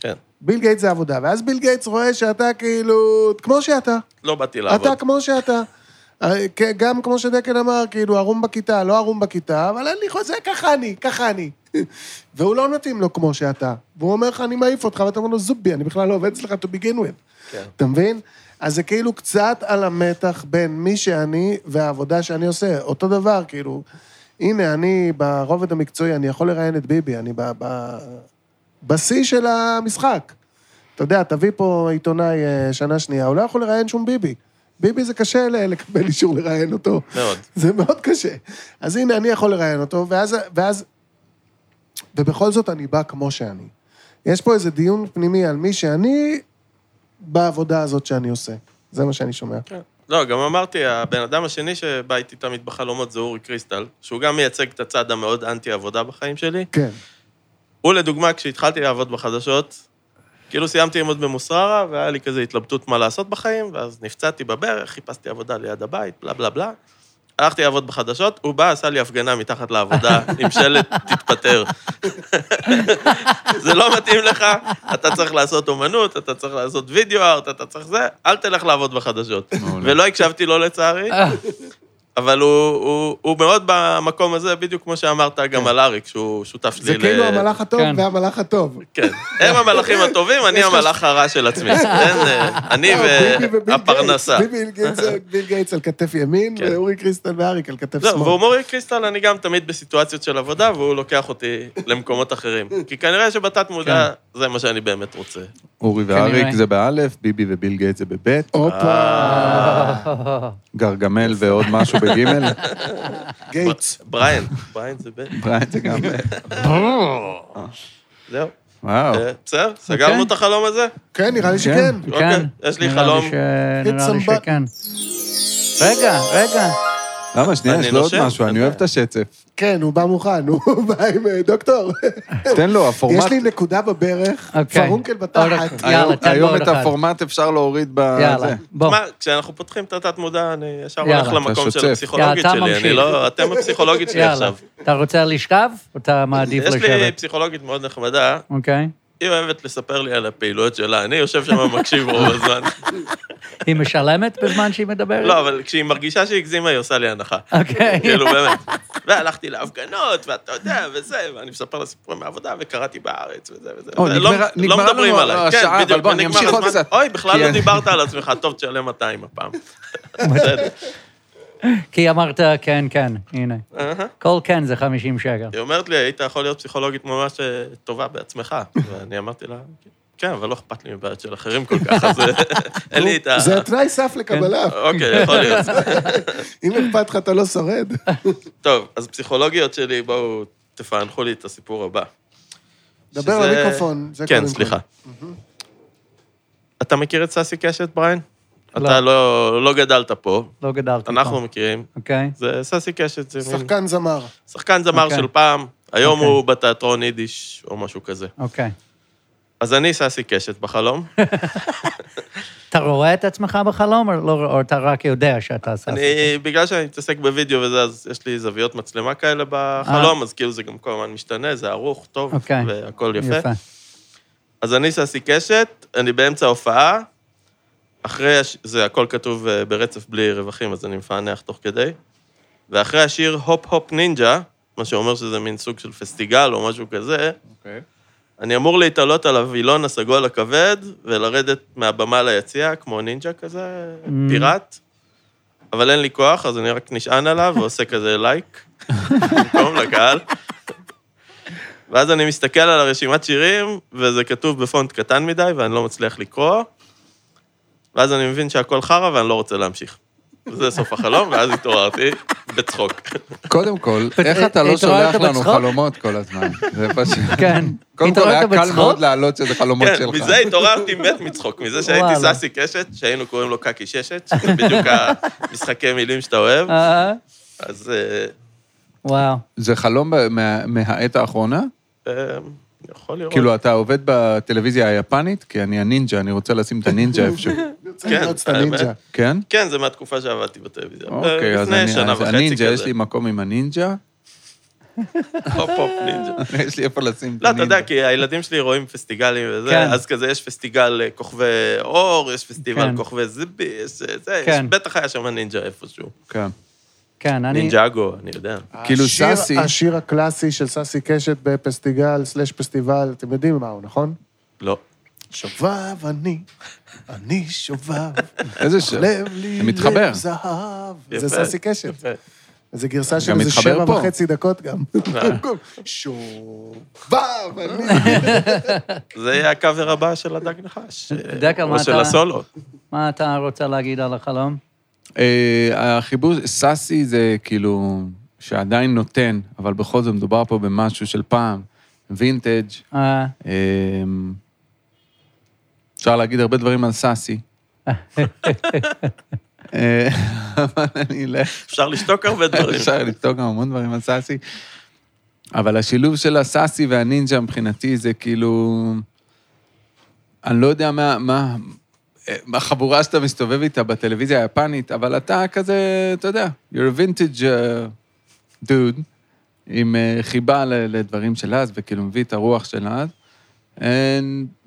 Speaker 7: כן.
Speaker 1: ביל גייטס זה עבודה, ואז ביל גייטס רואה שאתה כאילו... כמו שאתה.
Speaker 7: לא באתי לעבוד.
Speaker 1: אתה כמו שאתה. אה, כן, גם כמו שדקל אמר, כאילו, ערום בכיתה, לא ערום בכיתה, אבל אין לי חוזה, ככה אני, ככה אני. (laughs) והוא לא מתאים לו כמו שאתה. והוא אומר לך, אני מעיף אותך, ואתה אומר לו, זובי, אני בכלל לא עובד אצלך to begin with.
Speaker 7: כן.
Speaker 1: אתה מבין? אז זה כאילו קצת על המתח בין מי שאני והעבודה שאני עושה. אותו דבר, כאילו, הנה, אני ברובד המקצועי, אני יכול לראיין את ביבי, אני ב- ב- בשיא של המשחק. אתה יודע, תביא פה עיתונאי אה, שנה שנייה, הוא לא יכול לראיין שום ביבי. ביבי זה קשה ל- לקבל אישור לראיין אותו.
Speaker 7: מאוד.
Speaker 1: (laughs) זה מאוד קשה. אז הנה, אני יכול לראיין אותו, ואז, ואז... ובכל זאת אני בא כמו שאני. יש פה איזה דיון פנימי על מי שאני בעבודה הזאת שאני עושה. זה מה שאני שומע.
Speaker 7: כן. לא, גם אמרתי, הבן אדם השני שבא איתי תמיד בחלומות זה אורי קריסטל, שהוא גם מייצג את הצד המאוד אנטי-עבודה בחיים שלי.
Speaker 1: כן.
Speaker 7: הוא, לדוגמה, כשהתחלתי לעבוד בחדשות, כאילו סיימתי ללמוד במוסררה, והיה לי כזה התלבטות מה לעשות בחיים, ואז נפצעתי בברך, חיפשתי עבודה ליד הבית, בלה בלה בלה. הלכתי לעבוד בחדשות, הוא בא, עשה לי הפגנה
Speaker 1: (laughs)
Speaker 7: מתחת לעבודה עם שלט, תתפטר. (laughs) זה לא מתאים לך, אתה צריך לעשות אומנות, אתה צריך לעשות וידאו ארט, אתה צריך זה, אל תלך לעבוד בחדשות. ולא הקשבתי
Speaker 1: (laughs)
Speaker 7: לו לצערי, אבל הוא, הוא, הוא מאוד במקום הזה, בדיוק כמו שאמרת גם על אריק, שהוא שותף שלי
Speaker 1: כן. זה כאילו המלאך הטוב
Speaker 6: כן.
Speaker 1: והמלאך הטוב.
Speaker 7: כן. הם המלאכים הטובים, אני המלאך הרע של עצמי. אין, אה, אני
Speaker 1: לא, ביבי וביל
Speaker 7: והפרנסה.
Speaker 1: גייטס. ביבי גייטס- ביל גייטס על כתף ימין,
Speaker 7: כן. לא,
Speaker 1: ואורי קריסטל ואריק על כתף
Speaker 7: זהו,
Speaker 1: שמאל.
Speaker 7: והומורי קריסטל אני גם תמיד בסיטואציות של עבודה, והוא לוקח אותי למקומות אחרים. כי כנראה שבתת מודע
Speaker 6: כן.
Speaker 7: זה מה שאני באמת רוצה.
Speaker 2: אורי
Speaker 6: כנראה.
Speaker 2: ואריק זה באלף, ביבי וביל גייט זה בבית,
Speaker 1: הופה,
Speaker 2: גרגמל ועוד משהו
Speaker 7: (laughs)
Speaker 2: בגימל,
Speaker 1: גייטס.
Speaker 7: בריין, בריין זה בן.
Speaker 2: בריין זה גם...
Speaker 7: זהו.
Speaker 2: וואו.
Speaker 7: אה, בסדר? סגרנו
Speaker 6: Oh. אוקיי.
Speaker 7: את החלום הזה?
Speaker 1: כן, נראה לי שכן.
Speaker 7: אוקיי,
Speaker 2: כן,
Speaker 7: יש לי
Speaker 6: נראה
Speaker 7: חלום.
Speaker 6: ש- נראה לי
Speaker 1: It's some-
Speaker 6: שכן. רגע, רגע.
Speaker 2: למה, שנייה,
Speaker 7: אני
Speaker 2: יש לו עוד
Speaker 7: נושם,
Speaker 2: משהו, אני אוהב את השצף.
Speaker 1: כן, הוא בא מוכן, הוא (laughs) בא עם אה, דוקטור.
Speaker 2: תן לו,
Speaker 1: יש
Speaker 2: הפורמט...
Speaker 1: לי נקודה בברך,
Speaker 6: אוקיי.
Speaker 1: פרונקל
Speaker 6: עוד
Speaker 1: בתחת.
Speaker 6: אחד. יאללה, תן לו
Speaker 2: היום
Speaker 6: עוד
Speaker 2: את
Speaker 6: אחד.
Speaker 2: הפורמט אפשר להוריד ב...
Speaker 6: יאללה,
Speaker 2: אה, זה.
Speaker 6: בוא.
Speaker 7: מה, כשאנחנו פותחים את התת מודע, אני ישר
Speaker 6: יאללה.
Speaker 7: הולך למקום
Speaker 2: אתה
Speaker 7: של
Speaker 2: שוצף.
Speaker 7: הפסיכולוגית
Speaker 6: יאללה, אתה
Speaker 7: שלי. אני
Speaker 6: ממשיך.
Speaker 7: לא... אתם הפסיכולוגית שלי
Speaker 6: יאללה.
Speaker 7: עכשיו.
Speaker 6: אתה רוצה לשכב? או אתה מעדיף
Speaker 7: יש לי
Speaker 6: לשבת?
Speaker 7: פסיכולוגית מאוד נחמדה, (laughs)
Speaker 6: אוקיי.
Speaker 7: היא אוהבת לספר לי על הפעילויות שלה, אני יושב שם ומקשיב רוב הזמן.
Speaker 6: היא משלמת בזמן שהיא מדברת?
Speaker 7: לא, אבל כשהיא מרגישה שהיא הגזימה, היא עושה לי הנחה.
Speaker 6: אוקיי.
Speaker 7: כאילו, באמת. והלכתי להפגנות, ואתה יודע, וזה, ואני מספר לה סיפורי מהעבודה, וקראתי בארץ, וזה וזה.
Speaker 2: או,
Speaker 7: וזה.
Speaker 2: נגמרה-
Speaker 7: לא-
Speaker 2: נגמרה
Speaker 7: לא מדברים
Speaker 2: לנו
Speaker 7: עליי.
Speaker 2: השעה,
Speaker 7: כן,
Speaker 2: אבל
Speaker 7: בדיוק,
Speaker 2: בוא, אני
Speaker 7: ונגמר
Speaker 2: אמשיך עוד
Speaker 7: הזמן. לא
Speaker 2: קצת. כן.
Speaker 7: אוי, בכלל
Speaker 2: כי
Speaker 7: לא
Speaker 2: אני-
Speaker 7: דיברת על עצמך, טוב, תשלם 200 הפעם. בסדר.
Speaker 6: כי אמרת כן, כן, הנה.
Speaker 7: אהה.
Speaker 6: כל כן זה 50 שקל.
Speaker 7: היא אומרת לי, היית יכול להיות פסיכולוגית ממש אה, טובה בעצמך. ואני אמרתי לה, כן, אבל לא אכפת לי מבעיות של אחרים כל כך, אז אה, אין לי את ה...
Speaker 1: זה תנאי סף לקבלה.
Speaker 7: אוקיי, יכול להיות.
Speaker 1: אם אכפת לך, אתה לא
Speaker 7: (laughs)
Speaker 1: שורד.
Speaker 7: טוב, אז פסיכולוגיות שלי, בואו תפענחו לי את הסיפור הבא.
Speaker 1: דבר
Speaker 7: שזה-
Speaker 1: למיקרופון, זה קודם
Speaker 7: כן,
Speaker 1: כל.
Speaker 7: סליחה. Mm-hmm. אתה מכיר את ססי קשת, בריין?
Speaker 6: לא.
Speaker 7: אתה לא לא גדלת פה,
Speaker 6: לא גדלתי.
Speaker 7: אנחנו
Speaker 6: פה.
Speaker 7: מכירים.
Speaker 6: אוקיי.
Speaker 7: זה ססי קשת, זה מין-
Speaker 1: שחקן זמר.
Speaker 7: שחקן זמר
Speaker 6: אוקיי.
Speaker 7: של פעם, היום
Speaker 6: אוקיי.
Speaker 7: הוא בתיאטרון יידיש או משהו כזה.
Speaker 6: אוקיי.
Speaker 7: אז אני ססי קשת
Speaker 6: (laughs)
Speaker 7: בחלום.
Speaker 6: אתה רואה את עצמך בחלום, או לא- או אתה רק יודע שאתה עשה...
Speaker 7: אני, בגלל שאני מתעסק בווידאו וזה, אז יש לי זוויות מצלמה כאלה בחלום, אז כאילו זה גם כל הזמן משתנה, זה ערוך, טוב,
Speaker 6: אה. אוקיי.
Speaker 7: והכל יפה. אז אני ססי קשת, אני באמצע ההופעה, אחרי, הש- זה הכל כתוב אה, ברצף בלי רווחים, אז אני מפענח תוך כדי. ואחרי השיר הופ הופ נינג'ה, מה שאומר שזה מין סוג של פסטיגל או משהו כזה, אני אמור להתעלות על הווילון הסגול הכבד ולרדת מהבמה ליציע, כמו נינג'ה כזה, פיראט. אבל אין לי כוח, אז אני רק נשען עליו ועושה כזה לייק, במקום לקהל. ואז אני מסתכל על הרשימת שירים, וזה כתוב בפונט קטן מדי, ואני לא מצליח לקרוא. ואז אני מבין שהכל חרא ואני לא רוצה להמשיך. וזה סוף החלום, ואז התעוררתי בצחוק.
Speaker 2: קודם
Speaker 6: (laughs)
Speaker 2: כל, איך אתה לא
Speaker 6: התעוררת
Speaker 2: שולח לנו
Speaker 6: בצחוק?
Speaker 2: חלומות כל הזמן?
Speaker 6: (laughs)
Speaker 2: זה פשוט...
Speaker 6: כן.
Speaker 2: קודם כל,
Speaker 6: התעוררת
Speaker 2: היה קל
Speaker 6: בצחוק?
Speaker 2: מאוד להעלות שזה חלומות
Speaker 7: כן,
Speaker 2: שלך.
Speaker 7: מזה התעוררתי מת מצחוק, מזה שהייתי
Speaker 6: וואלה.
Speaker 7: ססי קשת, שהיינו קוראים לו קקי ששת, שזה בדיוק המשחקי מילים שאתה אוהב,
Speaker 6: אה,
Speaker 7: אז אה,
Speaker 6: וואו.
Speaker 2: זה חלום ב- מה- מהעת האחרונה?
Speaker 7: אה, יכול לראות.
Speaker 2: כאילו, אתה עובד בטלוויזיה היפנית? כי אני הנינג'ה, אני רוצה לשים את
Speaker 7: (laughs)
Speaker 2: הנינג'ה איפשהו.
Speaker 1: צריך להיות את הנינג'ה.
Speaker 7: האמת.
Speaker 2: כן?
Speaker 7: כן, זה מהתקופה שעבדתי בטלוויזיה. אה,
Speaker 2: אוקיי, אז
Speaker 7: לפני
Speaker 2: אני-
Speaker 7: שנה
Speaker 2: אז
Speaker 7: וחצי
Speaker 2: הנינג'ה,
Speaker 7: כזה.
Speaker 2: יש לי מקום עם
Speaker 7: (laughs)
Speaker 2: הנינג'ה,
Speaker 7: הופ הופ נינג'ה.
Speaker 2: יש לי איפה לשים את
Speaker 7: לא, אתה
Speaker 2: הנינג'ה.
Speaker 7: יודע, כי הילדים שלי רואים פסטיגלים
Speaker 6: כן.
Speaker 7: וזה, אז כזה יש פסטיגל אה, כוכבי אור, יש פסטיבל
Speaker 6: כן.
Speaker 7: כוכבי זיבי, יש אה, זה, יש-
Speaker 6: כן.
Speaker 7: בטח היה שם נינג'ה איפשהו.
Speaker 2: כן.
Speaker 6: כן, אני...
Speaker 7: נינג'אגו, אני יודע.
Speaker 2: כאילו,
Speaker 1: השיר-
Speaker 2: ססי-
Speaker 1: השיר הקלאסי של ססי קשת בפסטיגל סלש פסטיבל, אתם יודעים מהו, נכון?
Speaker 7: לא.
Speaker 1: שובב אני, אני שובב,
Speaker 2: איזה שיר.
Speaker 1: לב לי
Speaker 2: זה מתחבר.
Speaker 1: לב זהב.
Speaker 7: יפה.
Speaker 1: זה ססי קשת.
Speaker 7: יפה.
Speaker 1: איזה גרסה של איזה
Speaker 2: מתחבר
Speaker 1: שבע
Speaker 2: פה.
Speaker 1: וחצי דקות
Speaker 2: (laughs)
Speaker 1: גם. (laughs) שובב אני.
Speaker 7: זה יהיה הקאבר הבא של הדג נחש. אה,
Speaker 6: דקה, מה
Speaker 7: או של
Speaker 6: אתה-
Speaker 7: הסולו.
Speaker 6: מה אתה רוצה להגיד על החלום?
Speaker 2: אה, החיבור, סאסי זה כאילו, שעדיין נותן, אבל בכל זאת מדובר פה במשהו של פעם, וינטג'.
Speaker 6: אה,
Speaker 2: אה, אפשר להגיד הרבה דברים על סאסי. אה, (laughs) אבל אני אלך,
Speaker 7: אפשר
Speaker 2: (laughs)
Speaker 7: לשתוק הרבה דברים.
Speaker 2: אפשר לכתוב גם המון דברים על סאסי. אבל השילוב של הסאסי והנינג'ה מבחינתי זה כאילו... אני לא יודע מה, מה, מה החבורה שאתה מסתובב איתה בטלוויזיה היפנית, אבל אתה כזה, אתה יודע, you're a vintage uh, dude, עם uh, חיבה ל- לדברים של אז, וכאילו מביא את הרוח של אז. And,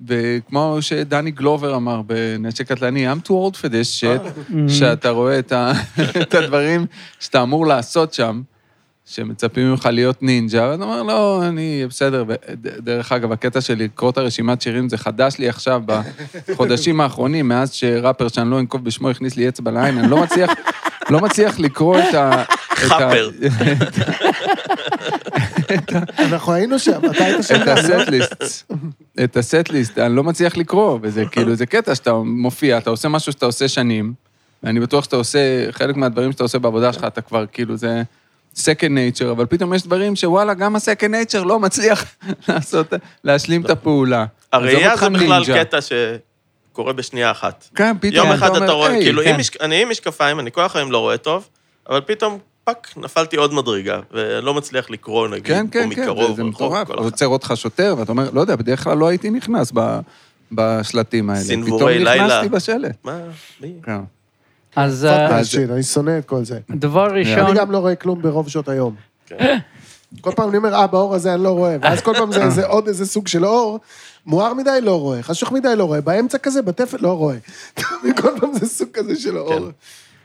Speaker 2: וכמו שדני גלובר אמר בנשק קטלני, I'm too old for this shit, שאתה רואה את, ה, (laughs) את הדברים שאתה אמור לעשות שם, שמצפים ממך להיות נינג'ה, ואתה אומר, לא, אני בסדר. וד- דרך אגב, הקטע של לקרוא את הרשימת שירים זה חדש לי עכשיו, בחודשים האחרונים, מאז שראפר שאני לא אנקוב בשמו הכניס לי אצבע לעין, אני לא מצליח, לא מצליח לקרוא את ה... את ה-
Speaker 7: חאפר.
Speaker 2: (laughs)
Speaker 1: אנחנו היינו שם, אתה היית שם.
Speaker 2: את הסט-ליסט. את הסט-ליסט, אני לא מצליח לקרוא, וזה כאילו, זה קטע שאתה מופיע, אתה עושה משהו שאתה עושה שנים, ואני בטוח שאתה עושה, חלק מהדברים שאתה עושה בעבודה שלך, אתה כבר כאילו, זה second nature, אבל פתאום יש דברים שוואלה, גם ה-second nature לא מצליח (laughs) לעשות, להשלים את הפעולה.
Speaker 7: הראייה
Speaker 2: עזוב
Speaker 7: זה
Speaker 2: אותך
Speaker 7: בכלל
Speaker 2: נינג'ה.
Speaker 7: קטע שקורה בשנייה אחת.
Speaker 2: כן, פתאום
Speaker 7: יום אחד אתה רואה,
Speaker 2: "היי,
Speaker 7: כאילו,
Speaker 6: כן.
Speaker 7: אם יש- אני עם משקפיים, אני כל החיים לא רואה טוב, אבל פתאום, פאק, נפלתי עוד מדרגה, ולא מצליח לקרוא, נגיד,
Speaker 2: כן,
Speaker 7: או
Speaker 2: כן, כן,
Speaker 7: כאילו, מקרוב,
Speaker 2: זה- זה
Speaker 7: או רחוק,
Speaker 2: מטורף.
Speaker 7: כל אחת.
Speaker 2: עוצר אותך שוטר, ואתה אומר, לא יודע, בדרך כלל לא הייתי נכנס ב- בשלטים האלה.
Speaker 7: סנוורי
Speaker 2: פתאום
Speaker 7: לילה.
Speaker 2: נכנסתי בשלט.
Speaker 7: מה, מי?
Speaker 2: כן.
Speaker 6: אז אה,
Speaker 1: פאק מהשיר, אני שונא את כל זה.
Speaker 6: דבר
Speaker 1: אני
Speaker 6: ראשון,
Speaker 1: גם לא רואה כלום ברוב שעות היום.
Speaker 7: כן.
Speaker 1: כל פעם אני אומר, אה, באור הזה אני לא רואה, ואז כל פעם זה-
Speaker 2: (laughs)
Speaker 1: זה עוד איזה סוג של אור, מואר מדי לא רואה, חשוך מדי לא רואה, באמצע כזה, בתפת לא רואה. (laughs) כל פעם זה סוג כזה של אור,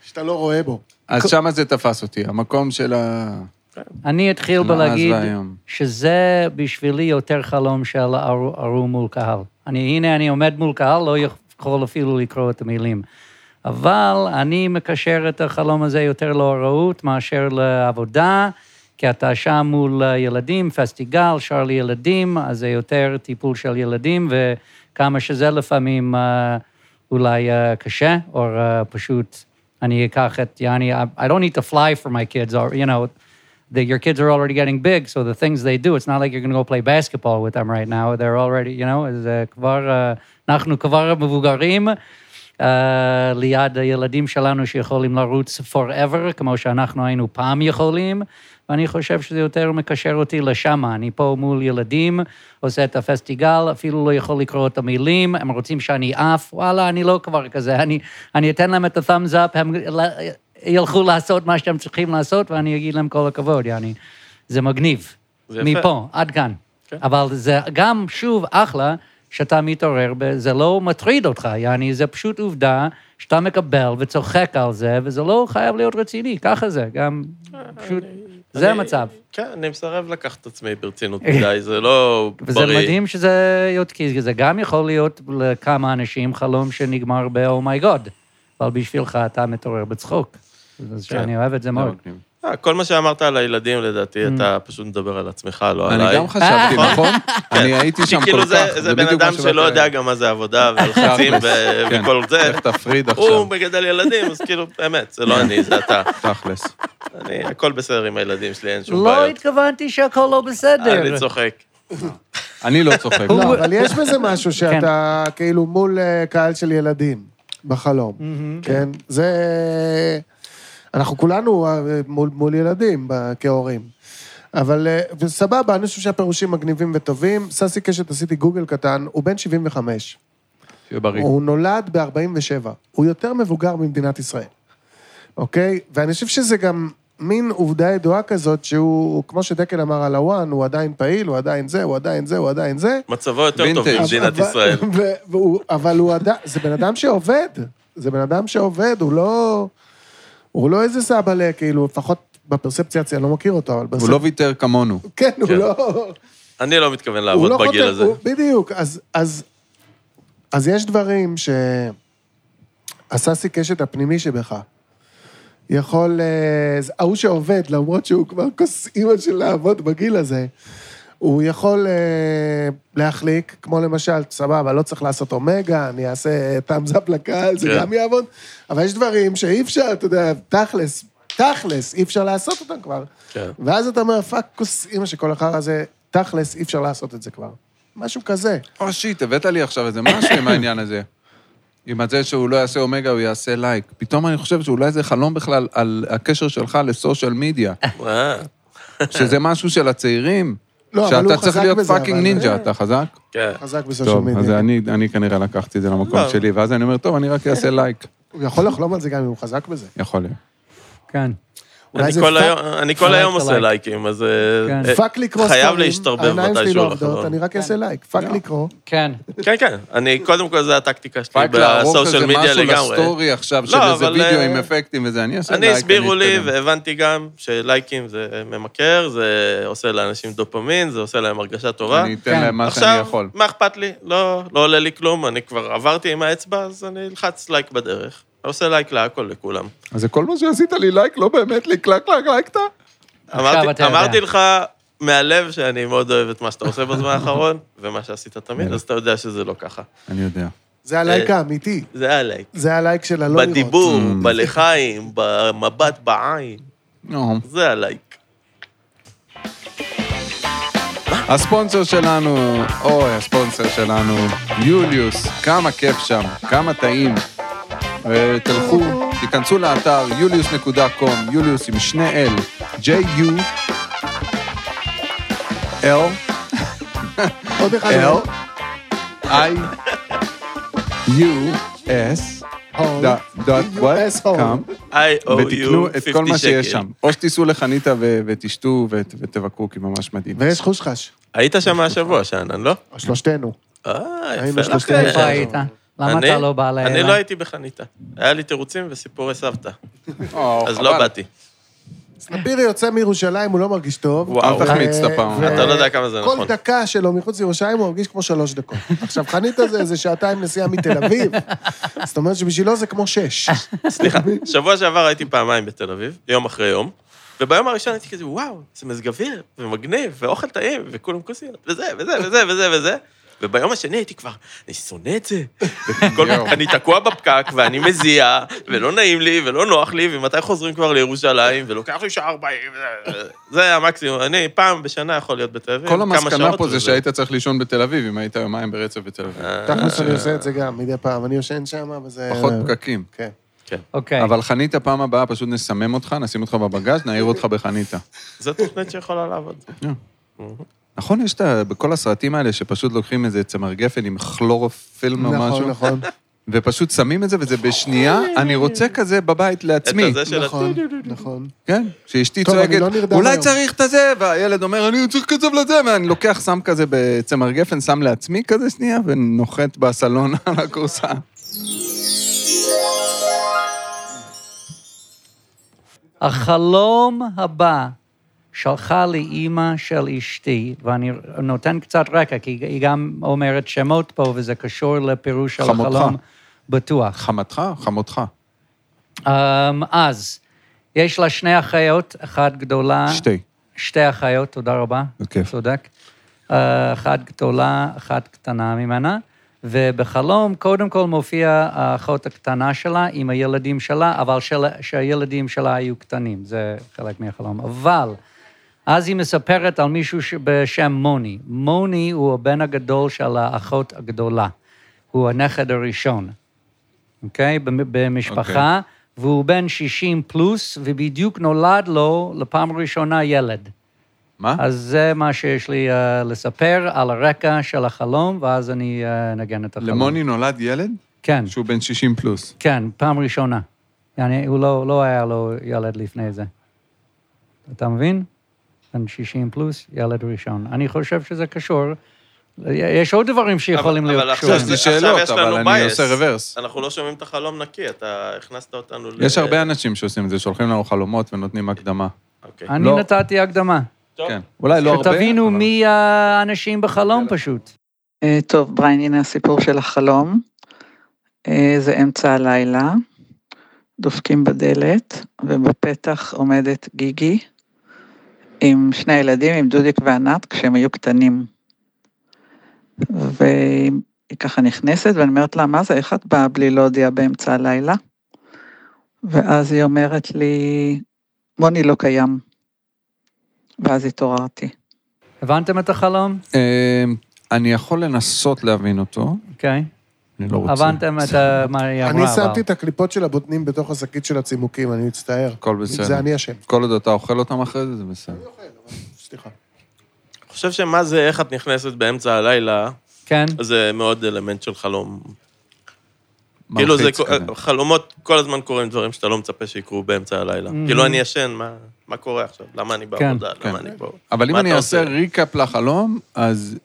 Speaker 1: שאתה לא רואה בו.
Speaker 2: אז שמה זה תפס אותי, המקום של ה...
Speaker 6: אני אתחיל
Speaker 2: של
Speaker 6: בלהגיד
Speaker 2: אז והיום.
Speaker 6: שזה בשבילי יותר חלום של ערו ערו מול קהל. אני, הנה, אני עומד מול קהל, לא יכול אפילו לקרוא את המילים. אבל אני מקשר את החלום הזה יותר להוראות מאשר לעבודה, כי אתה שם מול ילדים, פסטיגל, שר לילדים, אז זה יותר טיפול של ילדים, וכמה שזה לפעמים אה, אולי אה, קשה, או אה, פשוט אני אקח את, יעני, I- I don't need to fly for my kids, or, you know, that your kids are already getting big, so the things they do, it's not like you're going to go play basketball with them right now. They're already, you know, uh, אז אה, כבר, אה, אנחנו כבר מבוגרים אה, ליד הילדים שלנו שיכולים לרוץ forever, כמו שאנחנו היינו פעם יכולים, ואני חושב שזה יותר מקשר אותי לשם. אני פה מול ילדים, עושה את הפסטיגל, אפילו לא יכול לקרוא את המילים, הם רוצים שאני עף, וואלה, אני לא כבר כזה, אני, אני אתן להם את ה-thumbs up, הם... ילכו לעשות מה שהם צריכים לעשות, ואני אגיד להם כל הכבוד, יעני. זה מגניב.
Speaker 7: זה יפה.
Speaker 6: מפה, עד כאן.
Speaker 7: כן.
Speaker 6: אבל זה גם, שוב, אחלה, שאתה מתעורר, ב- זה לא מטריד אותך, יעני, זה פשוט עובדה שאתה מקבל וצוחק על זה, וזה לא חייב להיות רציני, ככה זה, גם פשוט, זה
Speaker 7: אה, אני-
Speaker 6: המצב.
Speaker 7: כן, אני מסרב לקחת את עצמי ברצינות מדי, זה לא בריא.
Speaker 6: (laughs) וזה מדהים שזה, להיות- כי זה גם יכול להיות לכמה אנשים חלום שנגמר ב-Oh my God, אבל בשבילך אתה מתעורר בצחוק. אז
Speaker 7: כן.
Speaker 6: שאני אוהב את זה מאוד.
Speaker 7: אה, כל מה שאמרת על הילדים, לדעתי,
Speaker 6: Mm.
Speaker 7: אתה פשוט מדבר על עצמך, לא עליי.
Speaker 2: אני גם (laughs) חשבתי,
Speaker 7: נכון?
Speaker 2: נכון? אני הייתי
Speaker 7: כי
Speaker 2: שם כל
Speaker 7: כאילו
Speaker 2: כך,
Speaker 7: זה, זה בן
Speaker 2: בדיוק מה
Speaker 7: אדם
Speaker 2: שבאת
Speaker 7: שלא יודע
Speaker 2: להגיד.
Speaker 7: גם מה
Speaker 2: (laughs)
Speaker 7: זה עבודה ולחצים ו-
Speaker 2: כן.
Speaker 7: וכל זה.
Speaker 2: לך תפריד עכשיו,
Speaker 7: הוא מגדל ילדים, אז כאילו, באמת, זה לא אני, זה אתה.
Speaker 2: תכלס.
Speaker 7: אני, הכל בסדר עם הילדים שלי, אין שום
Speaker 6: לא
Speaker 7: בעיות.
Speaker 6: התכוונתי שהכל לא בסדר.
Speaker 7: אני צוחק.
Speaker 2: אני לא צוחק.
Speaker 1: לא, אבל יש בזה משהו שאתה כאילו מול אה, קהל של ילדים, בחלום. כן? זה... אנחנו כולנו אה, מול, מול ילדים ב- כהורים. אבל אה, וסבבה, אני חושב שהפירושים מגניבים וטובים. ססי קשת, עשיתי גוגל קטן, הוא בן 75.
Speaker 2: שיהיה בריא.
Speaker 1: הוא נולד ב-47. הוא יותר מבוגר ממדינת ישראל, אוקיי? ואני חושב שזה גם מין עובדה ידועה כזאת שהוא, כמו שדקל אמר על הוואן, הוא עדיין פעיל, הוא עדיין זה, הוא עדיין זה, הוא עדיין זה.
Speaker 7: מצבו יותר טוב
Speaker 2: וינטג'.
Speaker 7: במדינת
Speaker 1: אבל-
Speaker 7: ישראל.
Speaker 1: (laughs) ו- והוא- אבל הוא עדיין, זה בן אדם שעובד. זה בן אדם שעובד, הוא לא... הוא לא איזה סבאלה, כאילו, לפחות בפרספציה, אני לא מכיר אותו, אבל
Speaker 2: הוא
Speaker 1: בפרספציה...
Speaker 2: לא ויתר כמונו.
Speaker 1: כן, הוא
Speaker 7: כן.
Speaker 1: לא...
Speaker 7: אני לא מתכוון
Speaker 1: הוא
Speaker 7: לעבוד
Speaker 1: לא
Speaker 7: בגיל
Speaker 1: חוטף,
Speaker 7: הזה.
Speaker 1: הוא- בדיוק, אז, אז, אז יש דברים ש... הססי קשת הפנימי שבך. יכול... אה, זה- ההוא שעובד, למרות שהוא כבר כוס אימא של לעבוד בגיל הזה, הוא יכול אה, להחליק, כמו למשל, סבבה, לא צריך לעשות אומגה, אני אעשה thumbs up לקהל, זה
Speaker 7: כן.
Speaker 1: גם יעבוד, אבל יש דברים שאי אפשר, אתה יודע, תכלס, תכלס, אי אפשר לעשות אותם כבר.
Speaker 7: כן.
Speaker 1: ואז אתה אומר, פאק, כוס אימא שכל החרא הזה, תכלס, אי אפשר לעשות את זה כבר. משהו כזה.
Speaker 2: או שיט, הבאת לי עכשיו איזה משהו עם העניין הזה. עם זה שהוא לא יעשה אומגה, הוא יעשה לייק. פתאום אני חושב שאולי זה חלום בכלל על הקשר שלך לסושיאל
Speaker 7: (laughs)
Speaker 2: מדיה,
Speaker 7: אה,
Speaker 2: שזה משהו של הצעירים,
Speaker 1: לא, אבל הוא
Speaker 2: שאתה צריך
Speaker 1: חזק
Speaker 2: להיות
Speaker 1: בזה,
Speaker 2: פאקינג
Speaker 1: אבל-
Speaker 2: נינג'ה, אתה חזק?
Speaker 7: כן.
Speaker 1: חזק בסושיאל
Speaker 2: טוב, אז
Speaker 1: מדיה.
Speaker 2: אני אני כנראה לקחתי את זה למקום
Speaker 7: לא.
Speaker 2: שלי, ואז אני אומר, טוב, אני רק (laughs) אעשה לייק.
Speaker 1: הוא יכול לחלום על זה גם אם הוא חזק בזה.
Speaker 2: יכול להיות.
Speaker 6: כן.
Speaker 1: אולי
Speaker 7: אני
Speaker 1: זה
Speaker 7: כל
Speaker 1: פאק-
Speaker 7: היום- אני כל
Speaker 6: לייק
Speaker 7: היום עושה
Speaker 6: לייק.
Speaker 7: לייקים, אז... אה,
Speaker 6: כן.
Speaker 7: אה,
Speaker 1: פאק לקרוא ספרים,
Speaker 7: חייב להשתרבב
Speaker 1: העיניים שלי לא
Speaker 7: מתישהו נכון.
Speaker 1: עובדות, אני
Speaker 7: לחלום.
Speaker 1: רק אעשה לייק. פאק לקרוא.
Speaker 6: כן.
Speaker 7: כן, כן. אני, קודם כל, זו הטקטיקה שלי
Speaker 2: רק לערוך
Speaker 7: בסושיאל
Speaker 2: איזה
Speaker 7: מדיה
Speaker 2: משהו
Speaker 7: לגמרי.
Speaker 2: לסטורי עכשיו, של
Speaker 7: לא,
Speaker 2: איזה
Speaker 7: אבל,
Speaker 2: וידאו
Speaker 7: אה,
Speaker 2: עם אפקטים וזה, אני אעשה לייק.
Speaker 7: אני הסבירו לי,
Speaker 2: אתקדם.
Speaker 7: והבנתי גם שלייקים זה ממכר, זה עושה לאנשים דופמין, זה עושה להם הרגשה טובה.
Speaker 2: אני
Speaker 6: כן.
Speaker 2: אתן להם מה שאני
Speaker 7: עכשיו,
Speaker 2: יכול.
Speaker 7: מה אכפת לי? לא, לא עולה לי כלום, אני כבר עברתי עם האצבע, אז אני אלחץ לייק בדרך. אני עושה לייק להכל, לכולם.
Speaker 2: אז זה כל מה שעשית לי לייק, לא באמת לי קלק לייק לייקת?
Speaker 7: אמרתי,
Speaker 6: אתה יודע.
Speaker 7: אמרתי לך מהלב שאני מאוד אוהב את מה שאתה עושה
Speaker 2: (laughs)
Speaker 7: בזמן האחרון, ומה שעשית תמיד, אז אתה יודע שזה לא ככה.
Speaker 2: אני יודע.
Speaker 1: זה הלייק האמיתי.
Speaker 7: זה הלייק.
Speaker 1: זה הלייק של
Speaker 2: לא
Speaker 1: הלא לראות.
Speaker 7: אה, בדיבור,
Speaker 2: Mm.
Speaker 7: בלחיים, במבט בעין,
Speaker 2: נו.
Speaker 7: זה הלייק.
Speaker 2: הספונסר שלנו, אוי, הספונסר שלנו, יוליוס, כמה כיף שם, כמה טעים. אה, תלכו, תיכנסו לאתר julius.com, יוליוס עם שני L, J-U-L,
Speaker 1: עוד אחד.
Speaker 2: L,
Speaker 1: אומר,
Speaker 2: I, U, S,
Speaker 1: הול.
Speaker 2: dot what,
Speaker 1: U.S.
Speaker 2: com.
Speaker 7: I-O-U 50 שקל.
Speaker 2: ותקנו את כל מה שיש שם. או שתיסעו לחניתה ו- ותשתו ות- ותבקרו, כי ממש מדהים.
Speaker 1: ויש חושחש.
Speaker 7: היית שם השבוע, שאנן, לא?
Speaker 1: שלושתנו.
Speaker 7: אה,
Speaker 1: היינו
Speaker 7: יפה
Speaker 1: שלושתנו
Speaker 7: לכם.
Speaker 1: שם.
Speaker 6: איפה היית? למה
Speaker 7: אני-
Speaker 6: אתה לא בא לאלה?
Speaker 7: אני לא הייתי בחניתה. היה לי תירוצים וסיפורי סבתא,
Speaker 2: או, אה,
Speaker 7: אז
Speaker 2: חבל.
Speaker 7: לא באתי.
Speaker 1: סנפירי יוצא מירושלים, הוא לא מרגיש טוב.
Speaker 7: וואו.
Speaker 2: אל תחמיץ את הפעם.
Speaker 1: ו-
Speaker 7: אתה לא יודע כמה זה
Speaker 1: כל
Speaker 7: נכון.
Speaker 1: דקה שלו מחוץ לירושלים הוא מרגיש כמו שלוש דקות. עכשיו, חניתה זה איזה שעתיים נסיעה מתל (laughs) אביב, זאת אומרת שבשבילו זה כמו שש.
Speaker 7: סליחה, שבוע שעבר הייתי פעמיים בתל אביב, יום אחרי יום, וביום הראשון הייתי כזה, וואו, זה מזג אוויר, ומגניב, ואוכל טעים, וכולם כוסיות, וזה, וזה, וזה, וזה, וזה. וביום השני הייתי כבר, אני שונא את זה. וכל
Speaker 2: יואו.
Speaker 7: אני תקוע בפקק, ואני מזיע, ולא נעים לי, ולא נוח לי, ומתי חוזרים כבר לירושלים, ולוקח לי שעה ארבעים, וזה- זה המקסימום. אני פעם בשנה יכול להיות בתל אביב,
Speaker 2: כל
Speaker 7: כן, כמה שעות.
Speaker 2: המסקנה פה
Speaker 7: וזה-
Speaker 2: זה שהיית צריך לישון בתל אביב, אם היית יומיים ברצף בתל אביב.
Speaker 7: אה,
Speaker 1: (laughs) תכלס אני עושה את זה גם, מדי פעם. אני יושן שם, וזה...
Speaker 2: פחות פקקים.
Speaker 1: כן.
Speaker 6: אוקיי.
Speaker 2: אבל חנית פעם הבאה, פשוט נסמם אותך, נשים אותך בבגז, נעיר אותך בחניתה.
Speaker 7: זו תוכנית שיכולה לעבוד.
Speaker 2: נכון, יש את ה... בכל הסרטים האלה שפשוט לוקחים איזה צמר גפן עם כלורופילם או משהו,
Speaker 1: נכון, נכון.
Speaker 7: (laughs)
Speaker 2: ופשוט שמים את זה, וזה בשנייה, אני רוצה כזה בבית לעצמי.
Speaker 7: אה. את הזה של...
Speaker 1: נכון, נכון.
Speaker 2: כן, שאשתי
Speaker 1: טוב, אני
Speaker 2: צועקת,
Speaker 1: לא נרדם
Speaker 2: אולי
Speaker 1: היום."
Speaker 2: צריך את הזה, והילד אומר, אני צריך קצב לזה, ואני לוקח, שם כזה בצמר גפן, שם לעצמי כזה שנייה, ונוחת בסלון על הכורסה.
Speaker 6: החלום הבא שלחה לי אימא של אשתי, ואני נותן קצת רקע, כי היא גם אומרת שמות פה, וזה קשור לפירוש של
Speaker 2: חמותך.
Speaker 6: החלום בטוח.
Speaker 2: חמתך, חמותך.
Speaker 6: Um, אז, יש לה שני אחיות, אחת גדולה...
Speaker 1: אה.
Speaker 2: שתי.
Speaker 6: שתי אחיות, תודה רבה.
Speaker 2: בכיף.
Speaker 6: צודק. אה, אחת גדולה, אחת קטנה ממנה, ובחלום קודם כל מופיעה האחות הקטנה שלה עם הילדים שלה, אבל של, שהילדים שלה היו קטנים, זה חלק מהחלום. אבל אז היא מספרת על מישהו ש- בשם מוני. מוני הוא הבן הגדול של האחות הגדולה. הוא הנכד הראשון. אוקיי? במ- במשפחה, והוא בן 60 פלוס, ובדיוק נולד לו לפעם ראשונה ילד.
Speaker 2: מה?
Speaker 6: אז זה מה שיש לי uh, לספר על הרקע של החלום, ואז אני uh, נגן את החלום.
Speaker 2: למוני נולד ילד
Speaker 6: כן,
Speaker 2: שהוא בן 60 פלוס.
Speaker 6: כן, פעם ראשונה. יעני, הוא לא, לא היה לו ילד לפני זה. אתה מבין? בן 60 פלוס, ילד ראשון. אני חושב שזה קשור. יש עוד דברים שיכולים
Speaker 7: אבל- אבל
Speaker 6: להיות
Speaker 7: עכשיו
Speaker 2: יש
Speaker 6: קשורים.
Speaker 2: לי
Speaker 7: זה- עכשיו
Speaker 2: שאלות,
Speaker 7: יש לנו
Speaker 2: אבל אני
Speaker 7: bias.
Speaker 2: עושה רוורס.
Speaker 7: אנחנו לא שומעים את החלום נקי, אתה הכנסת אותנו ל...
Speaker 2: יש הרבה אנשים שעושים את זה, שולחים לנו חלומות ונותנים הקדמה.
Speaker 7: אוקיי.
Speaker 6: אני
Speaker 2: לא.
Speaker 6: נתתי הקדמה.
Speaker 7: טוב.
Speaker 2: כן. אולי לא הרבה,
Speaker 6: שתבינו
Speaker 2: אבל-
Speaker 6: מי האנשים בחלום פשוט.
Speaker 8: אה, טוב, בריין, הנה הסיפור של החלום. אה, זה אמצע הלילה, דופקים בדלת, ובפתח עומדת גיגי עם שני ילדים, עם דודיק וענת, כשהם היו קטנים. והיא ככה נכנסת, ואני אומרת לה, מה זה, איך את באה בלי להודיע באמצע הלילה? ואז היא אומרת לי, מוני לא קיים. ואז התעוררתי.
Speaker 6: הבנתם את החלום?
Speaker 2: אה, אני יכול לנסות להבין אותו,
Speaker 6: אוקיי.
Speaker 2: אני לא רוצה.
Speaker 6: הבנתם את ה- מה היא אמרה.
Speaker 1: אני שמתי
Speaker 6: אבל.
Speaker 1: את הקליפות של הבוטנים בתוך השקית של הצימוקים, אני מצטער.
Speaker 2: הכל
Speaker 1: זה
Speaker 2: בסדר.
Speaker 1: אני אשם.
Speaker 2: כל עוד אתה אוכל אותם אחרי זה, זה בסדר.
Speaker 1: סליחה.
Speaker 7: אני חושב שמה זה, איך את נכנסת באמצע הלילה,
Speaker 6: כן.
Speaker 7: זה מאוד אלמנט של חלום. כאילו, זה
Speaker 2: מלחיץ
Speaker 7: כל-
Speaker 2: כזה.
Speaker 7: חלומות, כל הזמן קורים דברים שאתה לא מצפה שיקרו באמצע הלילה.
Speaker 6: Mhm.
Speaker 7: כאילו, אני ישן, מה- מה קורה עכשיו? למה אני בעבודה?
Speaker 2: Mm-hmm. כן.
Speaker 7: למה אני פה?
Speaker 2: אבל אם
Speaker 7: מה
Speaker 2: אני
Speaker 7: אתה
Speaker 2: אעשה
Speaker 7: עושה?
Speaker 2: ריקאפ לחלום, אז...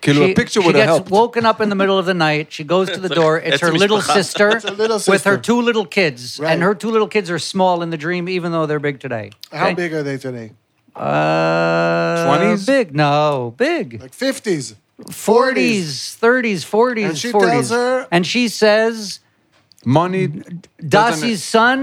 Speaker 2: כאילו,
Speaker 6: She-
Speaker 2: ה-picture
Speaker 6: she
Speaker 2: would
Speaker 6: gets
Speaker 2: have helped.
Speaker 6: woken up in the middle of the night. She goes to the door. It's
Speaker 7: It's
Speaker 6: her little
Speaker 7: משפחה.
Speaker 6: sister
Speaker 1: It's her little
Speaker 6: with her
Speaker 1: sister.
Speaker 6: two little kids,
Speaker 1: Right.
Speaker 6: and her two little kids are small in the dream, even though they're big today.
Speaker 1: How big are they today?
Speaker 6: Uh,
Speaker 2: 20s?
Speaker 6: big? No, big.
Speaker 1: Like 50s.
Speaker 6: 40s, 30s, 40s,
Speaker 1: And she
Speaker 6: 40s.
Speaker 1: tells her-
Speaker 6: and she says,
Speaker 2: Money...
Speaker 6: "Dasi's son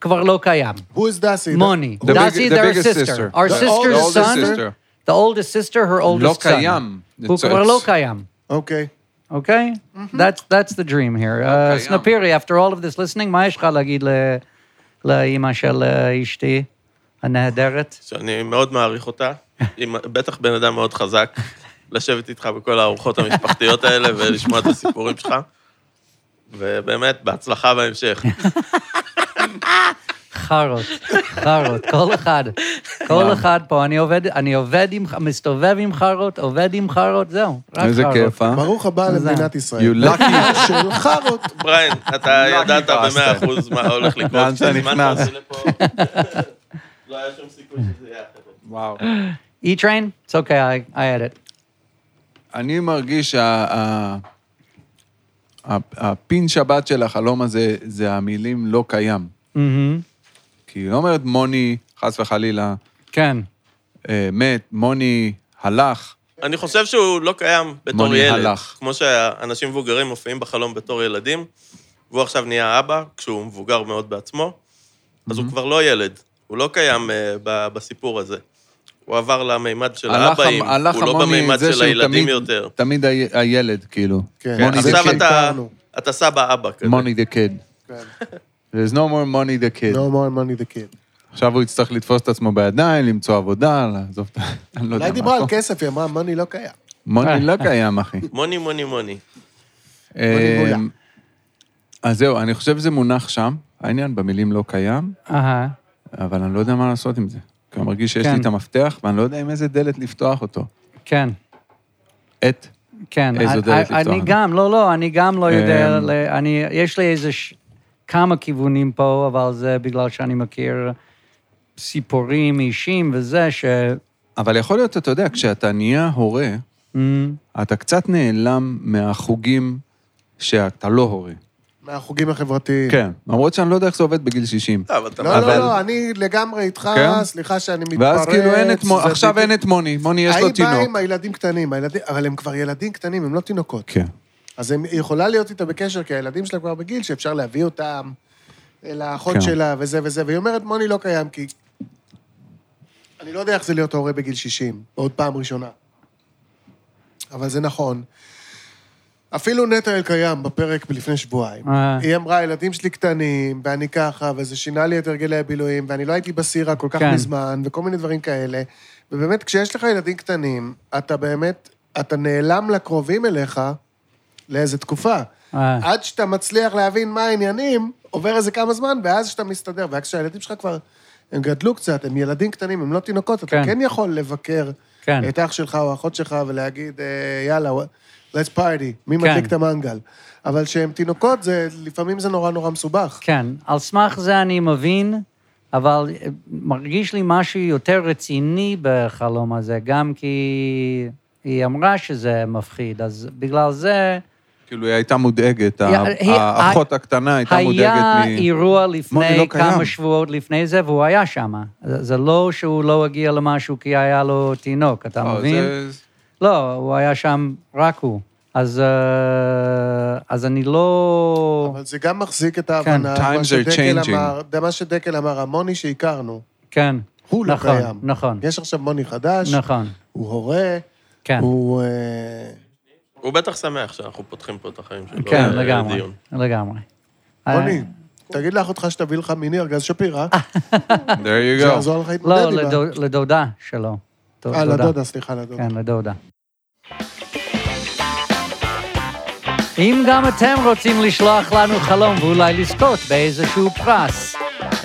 Speaker 6: כבר לא קיים."
Speaker 1: Who is Dasi?
Speaker 6: Money.
Speaker 2: The big-
Speaker 6: Dasi,
Speaker 2: the
Speaker 6: their
Speaker 2: biggest
Speaker 6: sister.
Speaker 2: sister.
Speaker 6: Our
Speaker 1: The
Speaker 6: sister's
Speaker 1: oldest
Speaker 6: son,
Speaker 2: sister. לא
Speaker 6: the oldest sister, her oldest son.
Speaker 2: קיים.
Speaker 6: Who
Speaker 2: It's-
Speaker 6: כבר לא
Speaker 2: it's-
Speaker 6: קיים.
Speaker 1: אוקיי.
Speaker 6: אוקיי? That's, that's the dream here. Uh,
Speaker 2: אוקיי, יום.
Speaker 6: סנפירי, after all of this listening, מה יש לך להגיד ל- לאימא של אה, אשתי הנהדרת?
Speaker 7: שאני מאוד
Speaker 2: (laughs)
Speaker 7: מעריך אותה, היא בטח בן אדם מאוד חזק, לשבת איתך בכל הארוחות המשפחתיות האלה ולשמוע את הסיפורים שלך, ובאמת, בהצלחה בהמשך.
Speaker 6: חארות, חארות, כל אחד, כל אחד פה. אני עובד, אני עובד עם, מסתובב עם חארות, עובד עם חארות, זהו, רק לא, חארות.
Speaker 2: איזה כיף, אה?
Speaker 1: ברוך הבא למדינת ישראל.
Speaker 2: You lucky.
Speaker 1: של חארות.
Speaker 2: (laughs)
Speaker 7: בריין, אתה
Speaker 2: לא
Speaker 7: ידעת
Speaker 2: חיפשת.
Speaker 7: במאה אחוז מה הולך לקרות.
Speaker 2: לאן אתה
Speaker 7: כשהזמנת
Speaker 2: נכנס?
Speaker 7: אותי לפה, (laughs) לא היה שום סיכוי שזה יהיה אחרת.
Speaker 2: וואו.
Speaker 6: E-Train? It's okay, I, I edit.
Speaker 2: אני מרגיש שה... ה- ה- הפין שבת של החלום הזה, זה המילים לא קיים.
Speaker 1: Mm-hmm.
Speaker 6: מהמם.
Speaker 2: כי היא לא אומרת מוני חס וחלילה,
Speaker 6: כן.
Speaker 2: אה, מת, מוני הלך,
Speaker 7: אני חושב שהוא לא קיים בתור
Speaker 2: מוני
Speaker 7: ילד.
Speaker 2: הלך.
Speaker 7: כמו שאנשים מבוגרים מופיעים בחלום בתור ילדים, והוא עכשיו נהיה אבא, כשהוא מבוגר מאוד בעצמו, אז הוא כבר לא ילד. הוא לא קיים אה, ב- בסיפור הזה. הוא עבר למימד של
Speaker 2: הלך
Speaker 7: האבאים,
Speaker 2: המ- הלך
Speaker 7: הוא לא
Speaker 2: המוני
Speaker 7: במימד
Speaker 2: זה
Speaker 7: של
Speaker 2: שהוא
Speaker 7: הילדים
Speaker 2: תמיד-
Speaker 7: יותר.
Speaker 2: תמיד ה- הילד, כאילו.
Speaker 1: כן.
Speaker 2: מוני
Speaker 1: זה
Speaker 2: the
Speaker 7: עכשיו
Speaker 2: kid.
Speaker 7: אתה,
Speaker 1: שהכרנו.
Speaker 7: אתה סבא אבא כזה.
Speaker 2: מוני the kid.
Speaker 1: כן. לא.
Speaker 2: There's no more money the kid.
Speaker 1: No more money the kid.
Speaker 2: עכשיו הוא יצטרך לתפוס את עצמו בידיים, למצוא עבודה, לעזוב את ה... (laughs) אני לא יודע
Speaker 1: אולי
Speaker 2: מה.
Speaker 1: דיברה על
Speaker 2: פה.
Speaker 1: כסף, היא אמרה, money לא קיים.
Speaker 2: מוני לא קיים, אחי.
Speaker 7: מוני, מוני, מוני.
Speaker 1: מוני מולה.
Speaker 2: אמ, אז זהו, אני חושב שזה מונח שם, העניין במילים לא קיים,
Speaker 6: אהה.
Speaker 2: אבל אני לא יודע מה לעשות עם זה. כי אני מרגיש שיש לי
Speaker 6: כן.
Speaker 2: את המפתח, ואני לא יודע עם איזה דלת לפתוח אותו.
Speaker 6: כן,
Speaker 2: את.
Speaker 6: כן.
Speaker 2: איזו
Speaker 6: אני-
Speaker 2: דלת לפתוח.
Speaker 6: אני גם, לא, לא, אני גם לא יודע,
Speaker 2: אמ.
Speaker 6: ל- אני, יש לי איזה ש- כמה כיוונים פה, אבל זה בגלל שאני מכיר סיפורים אישיים וזה, ש...
Speaker 2: אבל יכול להיות, אתה יודע, כשאתה נהיה הורה,
Speaker 6: אמ,
Speaker 2: אתה קצת נעלם מהחוגים שאתה לא הורה.
Speaker 1: מהחוגים החברתיים.
Speaker 2: כן. למרות שאני לא יודע איך זה עובד בגיל 60.
Speaker 7: לא, אבל אתה...
Speaker 1: לא,
Speaker 2: אבל-
Speaker 1: לא, לא, אני לגמרי איתך,
Speaker 2: כן?
Speaker 1: סליחה שאני מתפרץ.
Speaker 2: ואז כאילו אין את מוני,
Speaker 1: זה
Speaker 2: עכשיו
Speaker 1: בדיוק-
Speaker 2: אין את מוני, מוני יש לו
Speaker 1: ההיא באה
Speaker 2: תינוק.
Speaker 1: עם הילדים קטנים, הילדים- אבל הם כבר ילדים קטנים, הם לא תינוקות.
Speaker 2: כן.
Speaker 1: אז הם- היא יכולה להיות איתה בקשר, כי הילדים שלה כבר בגיל שאפשר להביא אותם אל האחות
Speaker 2: כן.
Speaker 1: שלה וזה וזה, והיא אומרת, מוני לא קיים, כי... אני לא יודע איך זה להיות הורה בגיל 60, עוד פעם ראשונה. אבל זה נכון. אפילו נטע אלקיים בפרק מלפני שבועיים.
Speaker 6: אה.
Speaker 1: היא אמרה, הילדים שלי קטנים, ואני ככה, וזה שינה לי את הרגלי הבילויים, ואני לא הייתי בסירה כל כך
Speaker 6: כן.
Speaker 1: מזמן, וכל מיני דברים כאלה. ובאמת, כשיש לך ילדים קטנים, אתה באמת, אתה נעלם לקרובים אליך לאיזה תקופה.
Speaker 6: אה.
Speaker 1: עד שאתה מצליח להבין מה העניינים, עובר איזה כמה זמן, ואז שאתה מסתדר. ואז כשהילדים שלך כבר, הם גדלו קצת, הם ילדים קטנים, הם לא תינוקות, אתה
Speaker 6: כן.
Speaker 1: כן יכול לבקר
Speaker 6: כן.
Speaker 1: את אח שלך או אחות שלך ולהגיד, אה, יאללה, wha- let's party, מי
Speaker 6: כן.
Speaker 1: מדליק את המנגל. אבל כשהם תינוקות, זה, לפעמים זה נורא נורא מסובך.
Speaker 6: כן, על סמך זה אני מבין, אבל אה, מרגיש לי משהו יותר רציני בחלום הזה, גם כי היא אמרה שזה מפחיד, אז בגלל זה
Speaker 2: כאילו, היא הייתה מודאגת, ה-
Speaker 6: היא-
Speaker 2: האחות הקטנה הייתה מודאגת
Speaker 6: היה
Speaker 2: מ...
Speaker 6: אירוע
Speaker 2: מוני לא קיים.
Speaker 6: לפני כמה שבועות לפני זה, והוא היה שם. זה זה לא שהוא לא הגיע למשהו כי היה לו תינוק, אתה
Speaker 2: לא,
Speaker 6: מבין?
Speaker 2: זה-
Speaker 6: לא, הוא היה שם רק הוא. אז, אה, אז אני לא...
Speaker 1: אבל זה גם מחזיק את ההבנה,
Speaker 2: times
Speaker 1: מה
Speaker 2: are
Speaker 1: שדקל
Speaker 2: changing.
Speaker 1: אמר, מה שדקל אמר, המוני שהכרנו,
Speaker 6: כן,
Speaker 1: הוא לא
Speaker 6: נכון,
Speaker 1: קיים.
Speaker 6: נכון,
Speaker 1: יש עכשיו מוני חדש,
Speaker 6: נכון,
Speaker 1: הוא הורה,
Speaker 6: כן,
Speaker 1: הוא... אה,
Speaker 7: הוא בטח שמח שאנחנו פותחים פה את החיים שלו.
Speaker 6: כן,
Speaker 7: אה,
Speaker 6: לגמרי,
Speaker 7: דיון.
Speaker 6: לגמרי.
Speaker 1: רוני,
Speaker 6: אה,
Speaker 1: תגיד לאחותך שתביא לך מיני ארגז שפירא,
Speaker 2: there you go.
Speaker 1: שיעזור לך להתמודד
Speaker 6: לא,
Speaker 1: איתה.
Speaker 6: לדוד- לדודה שלו.
Speaker 1: אה, לדודה, סליחה, לדודה.
Speaker 6: כן, לדודה. אם גם אתם רוצים לשלוח לנו חלום ואולי לזכות באיזשהו פרס,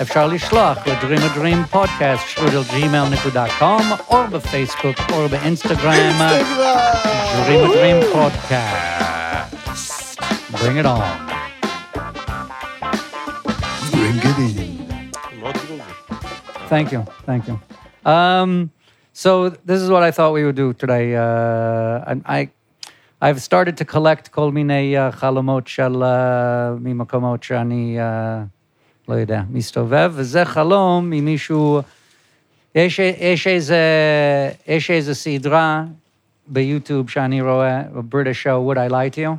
Speaker 6: אפשר לשלוח ל-Dream a Dream Podcast, שטרודלג'ימל.com, או בפייסבוק, או באינסטגרם, Dream a Dream Podcast. Bring it on.
Speaker 7: מאוד גרוב.
Speaker 6: Thank you. Thank you. Um, so this is what I thought we would do today. Uh, and I, I've started to collect כל מיני uh, חלומות של uh, ממקומות שאני uh, לא יודע, מסתובב, וזה חלום ממישהו... יש, יש, איזה, יש איזה סדרה ביוטיוב שאני רואה, a British show, Would I Lie to You?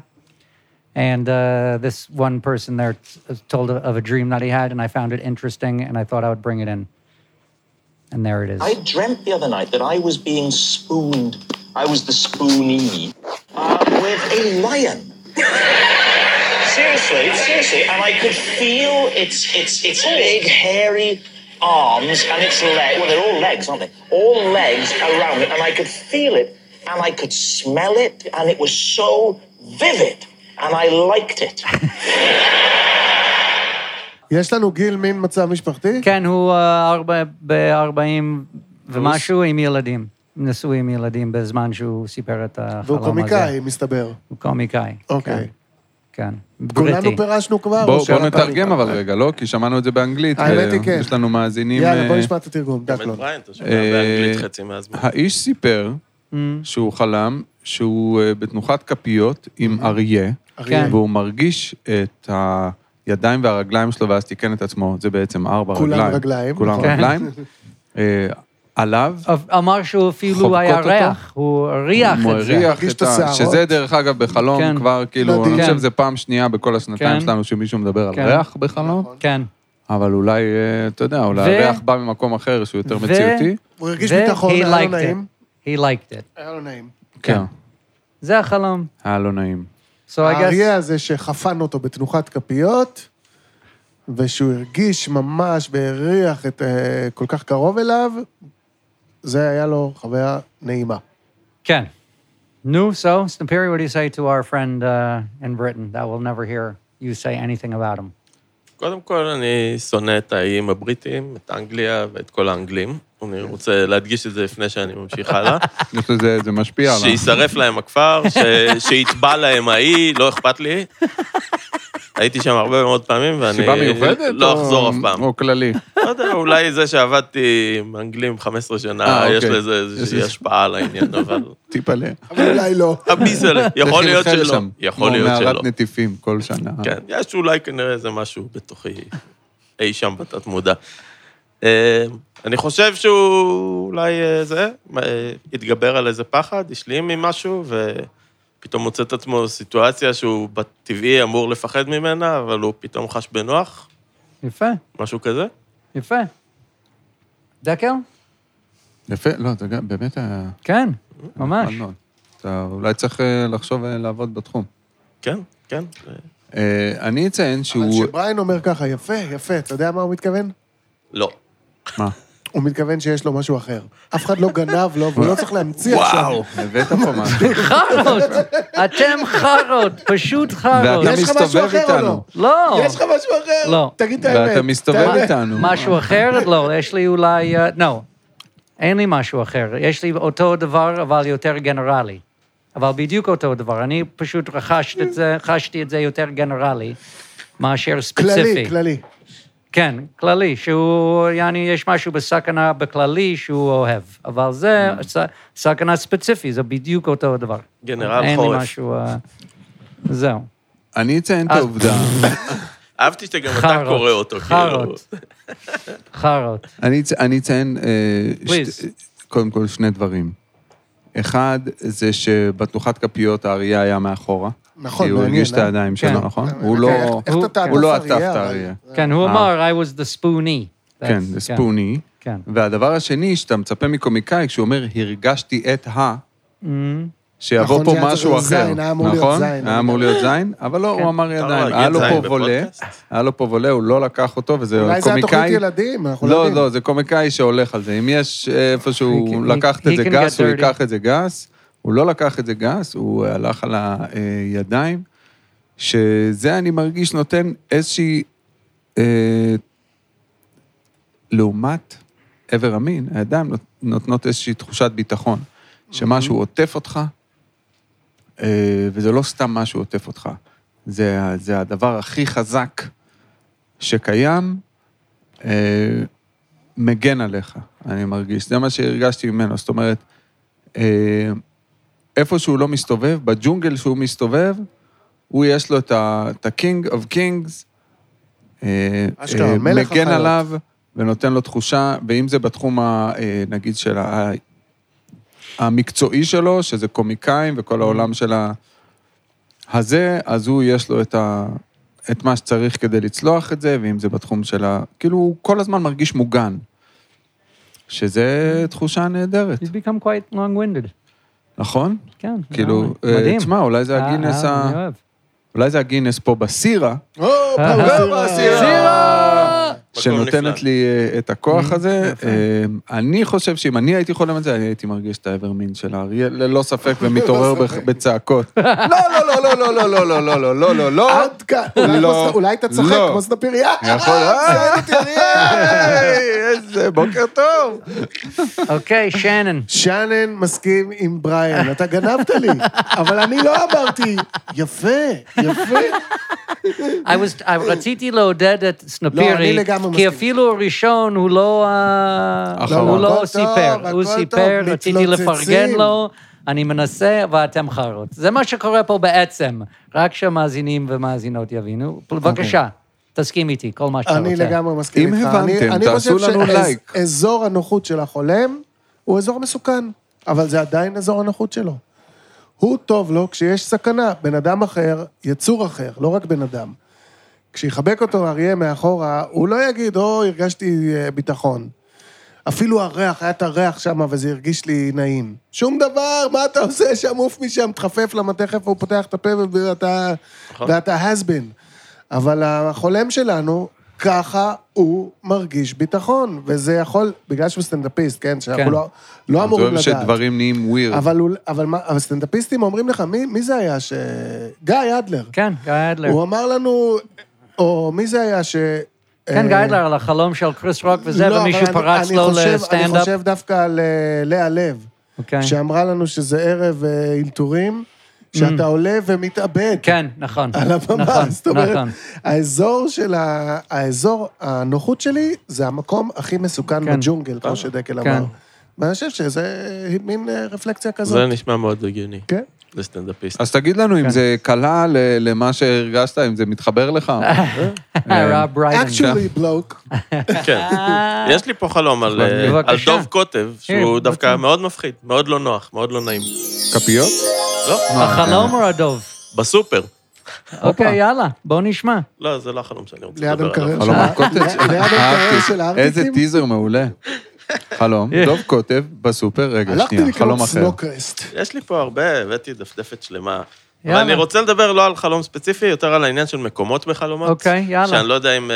Speaker 6: And uh, this one person there t- told of a dream that he had, and I found it interesting, and I thought I would bring it in. And there it is.
Speaker 9: I dreamt the other night that I was being spooned. I was the spoonee uh, with a lion. seriously, seriously, and I could feel its its its big hairy arms and its legs. Well, they're all legs, aren't they? All legs around it, and I could feel it, and I could smell it, and it was so vivid, and I liked it. (laughs)
Speaker 1: יש לנו גיל מין מצב משפחתי?
Speaker 6: כן, הוא אה, ארבע- ב-40 ומשהו עם ילדים. נשוי עם ילדים בזמן שהוא סיפר את החלום הזה.
Speaker 1: והוא קומיקאי, מסתבר.
Speaker 6: הוא קומיקאי.
Speaker 1: אוקיי.
Speaker 6: כן. כן.
Speaker 1: כולנו
Speaker 6: בריטי.
Speaker 1: פירשנו כבר? או
Speaker 2: בואו בואו
Speaker 1: שאתה-
Speaker 2: נתרגם אבל רגע, לא? כי שמענו את זה באנגלית.
Speaker 1: האמת היא
Speaker 2: אה,
Speaker 1: כן.
Speaker 2: יש לנו מאזינים...
Speaker 1: יאללה, בוא
Speaker 2: אה,
Speaker 1: נשמע את התרגום,
Speaker 7: באמת,
Speaker 1: דקלון.
Speaker 7: בריין, אתה שומע
Speaker 2: אה,
Speaker 7: באנגלית חצי מהזמן.
Speaker 2: האיש סיפר
Speaker 1: Mm.
Speaker 2: שהוא חלם שהוא אה, בתנוחת כפיות עם אריה,
Speaker 1: Mm-hmm. אריה.
Speaker 2: והוא מרגיש את הידיים והרגליים שלו, ואז תיקן את עצמו, זה בעצם ארבע
Speaker 1: כולם
Speaker 2: רגליים.
Speaker 1: רגליים,
Speaker 2: כולם
Speaker 1: נכון. (laughs)
Speaker 2: רגליים. אה, עליו,
Speaker 6: אמר שהוא אפילו
Speaker 2: חובקות
Speaker 6: היה
Speaker 2: אותו?
Speaker 6: ריח, הוא הריח
Speaker 2: הוא
Speaker 6: את זה.
Speaker 2: הריח
Speaker 1: הרגיש
Speaker 2: את
Speaker 1: את
Speaker 2: ה...
Speaker 1: השערות. לא,
Speaker 2: שזה דרך אגב בחלום
Speaker 6: כן.
Speaker 2: כבר, כאילו,
Speaker 1: מדהים.
Speaker 2: אני חושב
Speaker 6: כן.
Speaker 2: שזה פעם שנייה בכל השנתיים
Speaker 6: כן.
Speaker 2: שלנו שמישהו מדבר על
Speaker 6: כן.
Speaker 2: ריח בחלום,
Speaker 6: כן.
Speaker 2: אבל אולי, אה, אתה יודע, אולי
Speaker 6: ו-
Speaker 2: הריח בא ממקום אחר שהוא יותר
Speaker 6: ו-
Speaker 2: מציאותי.
Speaker 1: הוא הרגיש
Speaker 6: Then
Speaker 1: ביטחון,
Speaker 6: he
Speaker 1: היה לו
Speaker 6: liked
Speaker 1: נעים.
Speaker 6: it. He liked it.
Speaker 1: היה לו נעים.
Speaker 2: כן.
Speaker 6: זה החלום.
Speaker 2: היה לא נעים.
Speaker 6: So I
Speaker 1: האריה
Speaker 6: guess...
Speaker 1: הזה שחפן אותו בתנוחת כפיות, ושהוא הרגיש ממש והריח את אה, כל כך קרוב אליו, זה היה לו חוויה נעימה.
Speaker 6: כן. נו, so, Stampiri, what do you say to our friend uh, in Britain that will never hear you say anything about him?
Speaker 7: קודם כל, אני שונא את האיים הבריטים, את אנגליה ואת כל האנגלים. אני רוצה להדגיש את זה לפני שאני ממשיך הלאה.
Speaker 2: אני חושב שזה זה משפיע עליו.
Speaker 7: שיישרף להם הכפר, ש- שיטבע להם האי, לא אכפת לי. הייתי שם הרבה מאוד פעמים, ואני
Speaker 2: סיבה מיוחדת?
Speaker 7: לא
Speaker 2: או- אוקיי.
Speaker 7: אחזור אף פעם.
Speaker 2: או כללי.
Speaker 7: לא יודע, אולי זה שעבדתי עם אנגלים 15 שנה,
Speaker 2: אה,
Speaker 7: יש
Speaker 2: אוקיי.
Speaker 7: לזה
Speaker 2: יש
Speaker 7: איזושהי
Speaker 2: לזה-
Speaker 7: השפעה על העניין, אבל...
Speaker 2: תיפלא. (laughs)
Speaker 1: אבל אולי לא.
Speaker 7: הביסל, יכול
Speaker 2: זה
Speaker 7: להיות
Speaker 2: חלחל
Speaker 7: שלא.
Speaker 2: לשם,
Speaker 7: יכול
Speaker 2: כמו
Speaker 7: להיות שלא.
Speaker 2: מערת נטיפים כל שנה.
Speaker 7: כן, יש אולי כנראה איזה משהו בתוכי, (laughs) אי שם בתת מודע. אה, אני חושב שהוא אולי אה, זה, אה, התגבר על איזה פחד, השלים ממשהו, ופתאום מוצא את עצמו בסיטואציה שהוא בטבעי אמור לפחד ממנה, אבל הוא פתאום חש בנוח,
Speaker 6: יפה,
Speaker 7: משהו כזה.
Speaker 6: יפה. דקל?
Speaker 2: יפה, לא, זה גם באמת היה...
Speaker 6: כן,
Speaker 1: אה,
Speaker 6: ממש.
Speaker 2: נחמד מאוד. אתה אולי צריך אה, לחשוב אה, לעבוד בתחום.
Speaker 7: כן, כן. אה,
Speaker 2: אה, אני אציין
Speaker 1: אבל
Speaker 2: שהוא...
Speaker 1: כשבריין אומר ככה, יפה, יפה, אתה יודע מה הוא מתכוון?
Speaker 7: לא.
Speaker 2: מה?
Speaker 1: הוא מתכוון שיש לו משהו אחר. אף אחד לא גנב לו, והוא לא צריך להמציא עכשיו.
Speaker 2: וואו, הבאת פה
Speaker 1: (laughs)
Speaker 2: משהו.
Speaker 6: חארות! אתם חארות, פשוט חארות.
Speaker 2: ואתה
Speaker 1: יש לך משהו
Speaker 2: מסתובב
Speaker 1: אחר או
Speaker 2: איתנו.
Speaker 1: לא?
Speaker 6: לא,
Speaker 1: יש לך משהו אחר?
Speaker 6: לא.
Speaker 1: תגיד את האמת.
Speaker 2: ואתה מסתובב
Speaker 1: האמת.
Speaker 2: איתנו.
Speaker 6: משהו אחר? לא, יש לי אולי... אה, לא, אין לי משהו אחר. יש לי אותו דבר, אבל יותר גנרלי. אבל בדיוק אותו דבר. אני פשוט רכשת את זה, חשתי את זה יותר גנרלי מאשר ספציפי.
Speaker 1: כללי, כללי.
Speaker 6: כן, כללי, שהוא, יעני, יש משהו בסכנה בכללי שהוא אוהב, אבל זה
Speaker 1: Mm.
Speaker 6: ס, סכנה ספציפי, זה בדיוק אותו הדבר.
Speaker 7: גנרל
Speaker 6: אין
Speaker 7: חורף.
Speaker 6: לי משהו... אה, זהו.
Speaker 2: אני אציין את
Speaker 6: אז-
Speaker 2: העובדה,
Speaker 7: אהבתי שגם אתה
Speaker 6: חארות,
Speaker 7: קורא אותו, כאילו.
Speaker 6: חארות. חארות.
Speaker 2: אני אצ- אני אציין, אה,
Speaker 6: Please.
Speaker 2: שת- קודם כל, שני דברים. אחד, זה שבתנוחת כפיות האריה היה מאחורה.
Speaker 1: נכון,
Speaker 2: כי הוא
Speaker 1: מעניין,
Speaker 2: הרגיש את
Speaker 1: אה?
Speaker 2: הידיים שלו,
Speaker 6: כן.
Speaker 2: נכון?
Speaker 1: אה,
Speaker 2: הוא
Speaker 1: אוקיי,
Speaker 2: לא...
Speaker 1: איך- איך אתה
Speaker 2: הוא לא
Speaker 1: תעטוף
Speaker 2: עטף את
Speaker 1: אריה,
Speaker 2: האריה.
Speaker 1: אבל-
Speaker 6: כן, הוא
Speaker 2: אה.
Speaker 6: אמר, I was the spoonie.
Speaker 2: כן,
Speaker 6: That's-
Speaker 2: זה ספוני.
Speaker 6: אה, כן.
Speaker 2: והדבר השני, שאתה מצפה מקומיקאי, כשהוא אומר, הרגשתי את ה...
Speaker 6: אמ,
Speaker 2: שיבוא
Speaker 1: נכון,
Speaker 2: פה
Speaker 1: זה היה
Speaker 2: משהו
Speaker 1: צריך
Speaker 2: אחר.
Speaker 1: זין, היה אמור להיות
Speaker 2: נכון?
Speaker 1: זין.
Speaker 2: היה אמור להיות זין, אבל לא, הוא אמר
Speaker 7: אפשר
Speaker 2: ידיים.
Speaker 7: להגיד
Speaker 2: היה לו
Speaker 7: זין
Speaker 2: פה וולה,
Speaker 7: בפודקאסט?
Speaker 2: היה לו פה וולה, הוא לא לקח אותו, וזה
Speaker 1: אולי זה היה תוכנית
Speaker 2: קומיקאי.
Speaker 1: ילדים, אנחנו לא
Speaker 2: לא,
Speaker 1: יודעים.
Speaker 2: לא, זה קומיקאי שהולך על זה. אם יש אה,
Speaker 6: He
Speaker 2: איפשהו
Speaker 6: can-
Speaker 2: לקחת
Speaker 6: he
Speaker 2: את זה
Speaker 6: can
Speaker 2: גס,
Speaker 6: get
Speaker 2: הוא
Speaker 6: dirty.
Speaker 2: ייקח את זה גס. הוא לא לקח את זה גס, הוא הלך על הידיים, שזה, אני מרגיש, נותן איזושהי... אה, לעומת עבר המין, הידיים נות- נותנות איזושהי תחושת ביטחון,
Speaker 6: אוקיי.
Speaker 2: שמשהו עוטף אותך, אה, וזה לא סתם משהו עוטף אותך. זה, ה- זה הדבר הכי חזק שקיים, אה, מגן עליך, אני מרגיש. זה מה שהרגשתי ממנו. זאת אומרת, אה, איפה שהוא לא מסתובב, בג'ונגל שהוא מסתובב, הוא יש לו את ה- את ה-King of Kings, אה,
Speaker 1: אשכרה,
Speaker 2: אה,
Speaker 1: מלך
Speaker 2: מגן
Speaker 1: החיות.
Speaker 2: עליו ונותן לו תחושה, ואם זה בתחום, ה- אה, נגיד, של ה- המקצועי שלו, שזה קומיקאים וכל העולם של ה... הזה, אז הוא יש לו את, ה... את מה שצריך כדי לצלוח את זה, ואם זה בתחום של ה... כאילו, הוא כל הזמן מרגיש מוגן, שזה תחושה נהדרת,
Speaker 6: He's become quite long-winded.
Speaker 2: נכון?
Speaker 6: כן.
Speaker 2: כאילו,
Speaker 6: לגמרי.
Speaker 2: אה,
Speaker 6: מדהים.
Speaker 2: תשמע, אולי זה
Speaker 6: אה,
Speaker 2: הגינס
Speaker 6: אה,
Speaker 2: ה...
Speaker 6: אני אוהב.
Speaker 2: אולי זה הגינס פה בסירה,
Speaker 1: או,
Speaker 6: אה,
Speaker 1: פאוסירה.
Speaker 6: אה, סירה!
Speaker 2: שנותנת
Speaker 7: נפלא.
Speaker 2: לי אה, את הכוח הזה.
Speaker 6: יפה.
Speaker 2: אה, אני חושב שאם אני הייתי חולם על זה, אני הייתי מרגיש את האיבר מין של האריה, ללא ספק, ומתעורר
Speaker 1: ללא
Speaker 2: בח-
Speaker 1: ספק.
Speaker 2: בצעקות. (laughs) לא, לא, לא, לא, לא, לא, לא, לא, לא, לא, לא, לא.
Speaker 1: עד כאן. אולי
Speaker 2: לא.
Speaker 1: כמו סט- אולי אתה צוחק
Speaker 2: לא.
Speaker 1: כמו סנפיריה.
Speaker 2: יכול, אה, תראה, איזה בוקר טוב.
Speaker 6: אוקיי, שנן.
Speaker 1: שנן מסכים עם בריין, אתה גנבת לי, אבל אני לא אמרתי, יפה, יפה.
Speaker 6: I was, I, רציתי לעודד את סנפירי,
Speaker 1: לא, אני לגמרי
Speaker 6: כי
Speaker 1: מסכים.
Speaker 6: אפילו הראשון הוא לא, אה,
Speaker 2: אחרון.
Speaker 6: הוא
Speaker 1: הכל
Speaker 6: לא
Speaker 1: טוב,
Speaker 6: סיפר, הוא
Speaker 1: הכל
Speaker 6: סיפר,
Speaker 1: טוב,
Speaker 6: רציתי לפרגן
Speaker 1: מתלוצצים.
Speaker 6: לו, אני מנסה ואתם
Speaker 2: אוקיי.
Speaker 6: חרות. זה מה שקורה פה בעצם, רק שהמאזינים ומאזינות יבינו. בבקשה, תסכים איתי, כל מה שאתה רוצה.
Speaker 1: אני לגמרי מסכים
Speaker 2: אם
Speaker 1: איתך.
Speaker 2: הבנתם,
Speaker 1: אני- אני
Speaker 2: תעשו
Speaker 1: חושב
Speaker 2: לנו
Speaker 1: שאז-
Speaker 2: לייק.
Speaker 1: אזור הנוחות של החולם הוא אזור מסוכן, אבל זה עדיין אזור הנוחות שלו. הוא טוב לו כשיש סכנה, בן אדם אחר, יצור אחר, לא רק בן אדם. כשיחבק אותו אריה מאחורה, הוא לא יגיד, או, הרגשתי אה, ביטחון. אפילו הריח, היה את הריח שם, וזה הרגיש לי נעים. שום דבר, מה אתה עושה שם, עוף משם, תחפף למה תכף הוא פותח את הפה ואתה...
Speaker 7: נכון.
Speaker 1: ואתה has-been. אבל החולם שלנו, ככה הוא מרגיש ביטחון, וזה יכול, בגלל שהוא סטנדאפיסט, כן? שאנחנו
Speaker 6: כן.
Speaker 1: לא, לא
Speaker 2: אתה
Speaker 1: אמורים
Speaker 2: אוהב
Speaker 1: לדעת.
Speaker 2: שדברים נהיים ווירד.
Speaker 1: אבל, הוא- אבל, מה- אבל סטנדאפיסטים אומרים לך, מי, מי זה היה ש... גיא אדלר.
Speaker 6: כן, גיא אדלר.
Speaker 1: הוא אמר לנו, או מי זה היה ש...
Speaker 6: כן,
Speaker 1: אה,
Speaker 6: גיא אדלר, על החלום של קריס רוק וזה,
Speaker 1: לא, אבל
Speaker 6: ומישהו
Speaker 1: אני-
Speaker 6: פרץ
Speaker 1: אני
Speaker 6: לו
Speaker 1: חושב- אני
Speaker 6: לסטנדאפ.
Speaker 1: חושב דווקא על אה, לאה לב,
Speaker 6: אוקיי.
Speaker 1: שאמרה לנו שזה ערב אה, אלתורים, שאתה עולה ומתאבד.
Speaker 6: Mm. כן, נכון.
Speaker 1: על הבמה,
Speaker 6: נכון,
Speaker 1: (laughs) זאת אומרת,
Speaker 6: נכון.
Speaker 1: האזור של ה... האזור, הנוחות שלי, זה המקום הכי מסוכן
Speaker 6: כן.
Speaker 1: בג'ונגל, כמו שדקל
Speaker 6: כן.
Speaker 1: אמר. ואני חושב שזה מין אה, רפלקציה
Speaker 7: זה
Speaker 1: כזאת.
Speaker 7: נשמע מאוד הגיוני.
Speaker 1: כן.
Speaker 7: לסטנדאפיסט.
Speaker 2: אז תגיד לנו אם זה קלה ל- למה שהרגשת, אם זה מתחבר לך. אה,
Speaker 6: רב בריידן.
Speaker 1: actually
Speaker 2: (laughs)
Speaker 1: bloke.
Speaker 7: כן. יש לי פה חלום על אה,
Speaker 6: בבקשה.
Speaker 7: על דוב קוטב, שהוא
Speaker 6: הנה,
Speaker 7: דווקא מאוד מפחיד, מאוד לא נוח, מאוד לא נעים.
Speaker 2: כפיות?
Speaker 7: לא,
Speaker 6: החלום או הדוב?
Speaker 7: בסופר.
Speaker 6: אוקיי, יאללה, בואו נשמע.
Speaker 7: לא, זה לא החלום שאני רוצה
Speaker 1: ליד
Speaker 7: לדבר
Speaker 1: המקרר
Speaker 7: עליו.
Speaker 2: חלום
Speaker 1: של ה-
Speaker 2: הקוטג'
Speaker 1: אה. (laughs) ליד המקרר של
Speaker 2: אהבתי. איזה
Speaker 1: הארטיקים.
Speaker 2: טיזר מעולה. חלום, דוב קוטב בסופר, רגע,
Speaker 1: הלכתי
Speaker 2: שנייה,
Speaker 1: לקנות
Speaker 2: חלום אחר.
Speaker 1: סנוקרסט.
Speaker 7: יש לי פה הרבה, הבאתי דפדפת שלמה. אבל
Speaker 6: יאללה.
Speaker 7: אני רוצה לדבר לא על חלום ספציפי, יותר על העניין של מקומות בחלומות.
Speaker 6: אוקיי, יאללה. כן.
Speaker 7: שאני לא יודע אם... אה,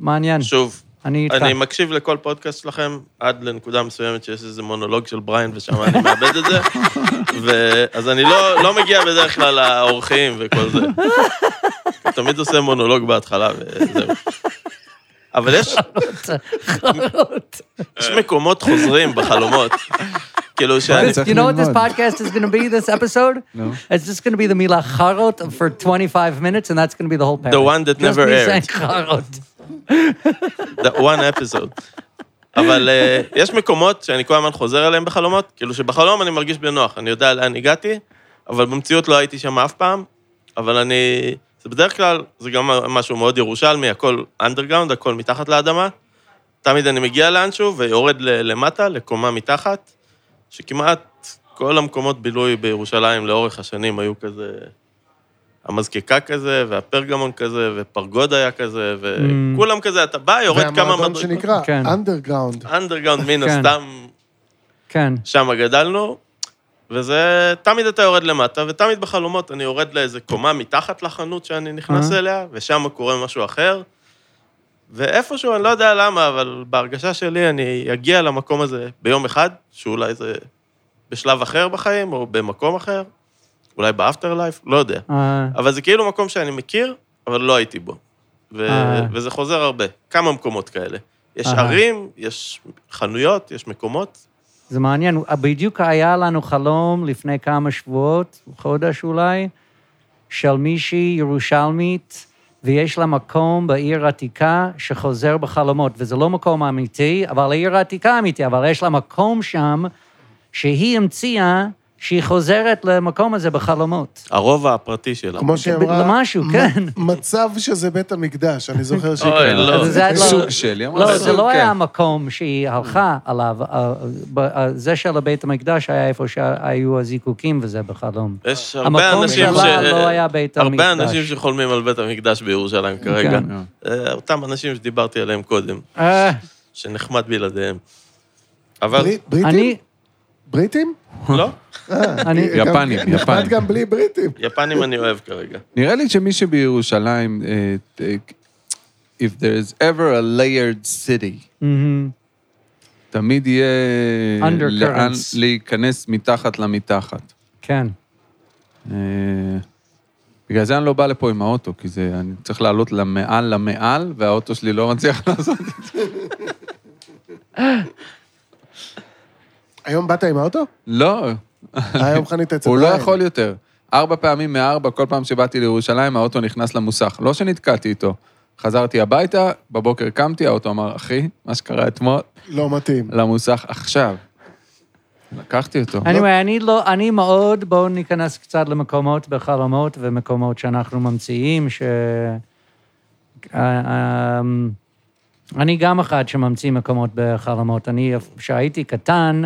Speaker 6: מעניין.
Speaker 7: שוב,
Speaker 6: אני איתך.
Speaker 7: אני מקשיב לכל פודקאסט שלכם, עד לנקודה מסוימת שיש איזה מונולוג של בריין, ושם אני מאבד את זה. ו- אז אני לא, לא מגיע בדרך כלל לאורחים וכל זה. הוא תמיד עושה מונולוג בהתחלה, וזהו. אבל יש, יש מקומות חוזרים בחלומות. כאילו שאני...
Speaker 2: צריך
Speaker 6: You know what this
Speaker 2: ללמוד.
Speaker 6: podcast is going to be, this
Speaker 1: (laughs)
Speaker 6: episode?
Speaker 2: No.
Speaker 6: It's just going to be the Mila Charot for 25 minutes, and that's going to be the whole
Speaker 7: The one that never aired.
Speaker 6: Just
Speaker 1: (laughs)
Speaker 6: me saying Charot.
Speaker 7: The one episode. אבל אה, יש מקומות שאני כל הזמן חוזר אליהם בחלומות, כאילו שבחלום אני מרגיש בנוח, אני יודע לאן הגעתי, אבל במציאות לא הייתי שם אף פעם, אבל אני... זה בדרך כלל, זה גם משהו מאוד ירושלמי, הכל אנדרגראונד, הכל מתחת לאדמה. תמיד אני מגיע לאנשהו ויורד ל- למטה, לקומה מתחת, שכמעט כל המקומות בילוי בירושלים לאורך השנים היו כזה... המזקקה כזה, והפרגמון כזה, ופרגוד היה כזה, וכולם כזה, אתה בא, יורד כמה
Speaker 1: והמועדון שנקרא,
Speaker 6: כן.
Speaker 1: אנדרגראונד.
Speaker 7: אנדרגאונד מן
Speaker 6: כן.
Speaker 7: הסתם,
Speaker 6: כן.
Speaker 7: שם גדלנו, וזה, תמיד אתה יורד למטה, ותמיד בחלומות אני יורד לאיזה קומה מתחת לחנות שאני נכנס
Speaker 6: אה.
Speaker 7: אליה, ושם קורה משהו אחר. ואיפשהו, אני לא יודע למה, אבל בהרגשה שלי אני אגיע למקום הזה ביום אחד, שאולי זה בשלב אחר בחיים, או במקום אחר, אולי באפטר לייף, לא יודע.
Speaker 6: אה,
Speaker 7: אבל זה כאילו מקום שאני מכיר, אבל לא הייתי בו. ו...
Speaker 6: אה.
Speaker 7: וזה חוזר הרבה, כמה מקומות כאלה. יש
Speaker 6: אהה.
Speaker 7: ערים, יש חנויות, יש מקומות.
Speaker 6: זה מעניין. בדיוק היה לנו חלום לפני כמה שבועות, חודש אולי, של מישהי ירושלמית, ויש לה מקום בעיר עתיקה שחוזר בחלומות, וזה לא מקום אמיתי, אבל העיר העתיקה אמיתי, אבל יש לה מקום שם שהיא המציאה שהיא חוזרת למקום הזה בחלומות.
Speaker 7: הרובע הפרטי שלה.
Speaker 1: כמו שהיא אמרה,
Speaker 6: למשהו,
Speaker 1: מ-
Speaker 6: כן.
Speaker 1: מצב שזה בית המקדש, אני זוכר שהיא
Speaker 7: אוי,
Speaker 1: קראה.
Speaker 7: לא.
Speaker 6: אז זה היה לא-
Speaker 2: סוג של, היא אמרה
Speaker 6: לא, זה
Speaker 2: סוג,
Speaker 6: לא
Speaker 2: כן.
Speaker 6: היה המקום שהיא הלכה עליו, אה, ב- אה, זה של בית המקדש היה איפה שהיו הזיקוקים וזה בחלום.
Speaker 7: יש הרבה
Speaker 6: המקום
Speaker 7: אנשים ש...
Speaker 6: שלה לא היה בית המקדש.
Speaker 7: הרבה אנשים שחולמים על בית המקדש בירושלים כרגע.
Speaker 6: כן.
Speaker 7: אה, אותם אנשים שדיברתי עליהם קודם,
Speaker 6: אה,
Speaker 7: שנחמד בלעדיהם. אבל
Speaker 1: ברי- בריטים?
Speaker 6: אני,
Speaker 1: בריטים?
Speaker 7: לא,
Speaker 6: אני,
Speaker 1: גם-
Speaker 2: יפנים,
Speaker 1: נחמד
Speaker 2: יפנים.
Speaker 1: גם בלי בריטים.
Speaker 7: יפנים אני אוהב כרגע.
Speaker 2: נראה לי שמי שבירושלים, אה, אה, If there's ever a layered city,
Speaker 6: מהמם,
Speaker 2: תמיד יהיה
Speaker 6: Undercurrents.
Speaker 2: לאן להיכנס מתחת למתחת.
Speaker 6: כן.
Speaker 2: אה, בגלל זה אני לא בא לפה עם האוטו, כי זה, אני צריך לעלות למעל למעל, והאוטו שלי לא מצליח (laughs) לעשות את זה.
Speaker 1: היום באת עם
Speaker 2: (laughs)
Speaker 1: האוטו?
Speaker 2: לא,
Speaker 1: היום חנית אצל
Speaker 2: הוא לא
Speaker 1: בריין.
Speaker 2: יכול יותר. ארבע פעמים מארבע, כל פעם שבאתי לירושלים, האוטו נכנס למוסך. לא שנתקעתי איתו. חזרתי הביתה, בבוקר קמתי, האוטו אמר, אחי, מה שקרה אתמול,
Speaker 1: לא מתאים.
Speaker 2: למוסך עכשיו. לקחתי אותו.
Speaker 6: anyway, אני לא, אני מאוד, בואו ניכנס קצת למקומות בחלומות ומקומות שאנחנו ממציאים, ש... אה, אה, אני גם אחד שממציא מקומות בחלומות. אני, כשהייתי קטן,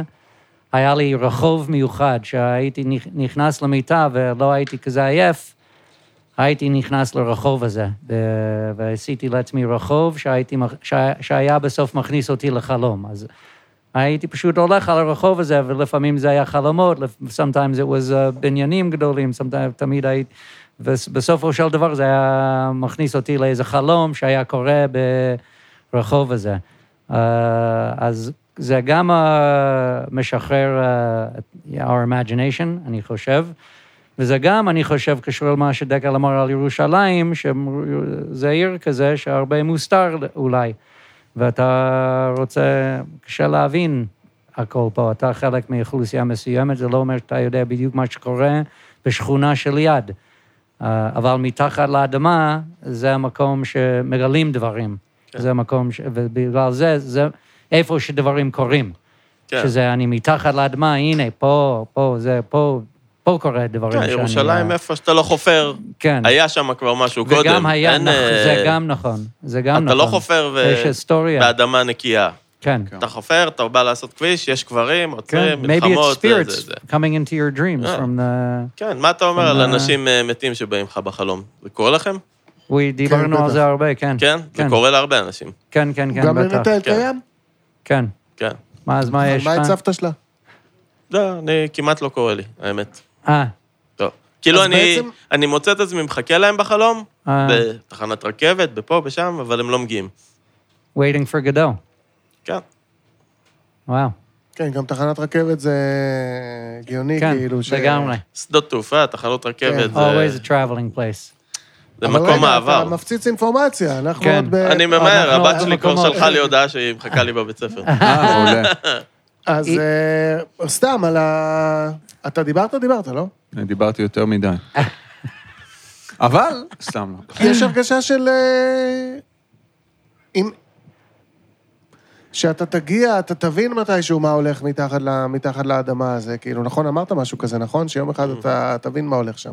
Speaker 6: היה לי רחוב מיוחד, שהייתי נכ- נכנס למיטה ולא הייתי כזה עייף, הייתי נכנס לרחוב הזה, ו- ועשיתי לעצמי רחוב שהייתי, מכ- שה- שהיה בסוף מכניס אותי לחלום. אז הייתי פשוט הולך על הרחוב הזה, ולפעמים זה היה חלומות, לפ- sometimes it was uh, בניינים גדולים, sometimes תמיד הייתי... ובסופו של דבר זה היה מכניס אותי לאיזה חלום שהיה קורה ברחוב הזה. אה, אז זה גם אה, משחרר אה, our imagination, אני חושב. וזה גם, אני חושב, קשור למה שדקל אמר על ירושלים, שזה עיר כזה שהרבה מוסתר אולי, ואתה רוצה, קשה להבין הכל פה, אתה חלק מאוכלוסייה מסוימת, זה לא אומר שאתה יודע בדיוק מה שקורה בשכונה שליד. אה, אבל מתחת לאדמה, זה המקום שמגלים דברים. כן. זה המקום, ש... ובגלל זה, זה איפה שדברים קורים.
Speaker 7: כן.
Speaker 6: שזה אני מתחת לאדמה, הנה, פה, פה, זה, פה, פה קורה דברים
Speaker 7: כן,
Speaker 6: שאני... אה,
Speaker 7: ירושלים, איפה שאתה לא חופר,
Speaker 6: כן.
Speaker 7: היה שם כבר משהו קודם.
Speaker 6: וגם היה,
Speaker 7: אין,
Speaker 6: נכ...
Speaker 7: אה,
Speaker 6: (laughs) זה גם נכון, זה גם נכון.
Speaker 7: אתה לא חופר ו-
Speaker 6: יש היסטוריה.
Speaker 7: באדמה נקייה.
Speaker 6: כן.
Speaker 7: אתה חופר, אתה בא לעשות כביש, יש קברים,
Speaker 6: כן,
Speaker 7: עוצרים,
Speaker 6: maybe it's
Speaker 7: מלחמות, זה, זה,
Speaker 6: spirits
Speaker 7: זה.
Speaker 6: coming into your dreams
Speaker 7: אה.
Speaker 6: from the...
Speaker 7: כן, מה אתה אומר
Speaker 6: from
Speaker 7: על
Speaker 6: the-
Speaker 7: אנשים אה, מתים שבאים לך בחלום? זה קורה
Speaker 6: (laughs)
Speaker 7: לכם?
Speaker 6: We דיברנו על
Speaker 1: בטח.
Speaker 6: זה הרבה, כן.
Speaker 7: כן? זה
Speaker 6: כן,
Speaker 7: קורה להרבה אנשים.
Speaker 6: כן, כן, כן,
Speaker 1: גם
Speaker 6: בטח.
Speaker 1: לנטל
Speaker 7: כן.
Speaker 1: קיים?
Speaker 6: כן.
Speaker 7: כן.
Speaker 6: מה, אז מה יש
Speaker 1: מה את
Speaker 6: לך?
Speaker 1: סבתא שלה?
Speaker 7: לא, אני כמעט לא קורה לי, האמת.
Speaker 6: אה,
Speaker 7: לא. כאילו
Speaker 1: אז
Speaker 7: אני,
Speaker 1: בעצם-
Speaker 7: אני מוצא את עצמי מחכה להם בחלום,
Speaker 6: אה.
Speaker 7: בתחנת רכבת, בפה, בשם, אבל הם לא מגיעים.
Speaker 6: waiting for Godot.
Speaker 7: כן.
Speaker 6: וואו.
Speaker 1: כן, גם תחנת רכבת זה הגיוני,
Speaker 6: כן,
Speaker 1: כאילו ש...
Speaker 6: לגמרי.
Speaker 7: שדות תעופה, תחנות רכבת,
Speaker 1: כן.
Speaker 6: Always
Speaker 7: זה,
Speaker 6: a traveling place.
Speaker 7: זה
Speaker 1: אבל
Speaker 7: מקום
Speaker 1: רגע,
Speaker 7: העבר.
Speaker 1: אתה מפציץ אינפורמציה, אנחנו
Speaker 6: כן.
Speaker 1: עוד ב...
Speaker 7: אני ממהר,
Speaker 6: אנחנו-
Speaker 7: הבת שלי כבר
Speaker 6: המקומות.
Speaker 7: שלחה לי הודעה שהיא מחכה לי בבית ספר.
Speaker 2: אה, עולה.
Speaker 1: אז אה, סתם, על ה... אתה דיברת? דיברת, לא?
Speaker 2: אני דיברתי יותר מדי. אבל, סתם לא.
Speaker 1: יש הרגשה של... אה, אם... שאתה תגיע, אתה תבין מתישהו מה הולך מתחת, ל... מתחת לאדמה הזה. כאילו, נכון, אמרת משהו כזה, נכון? שיום אחד אתה תבין מה הולך שם.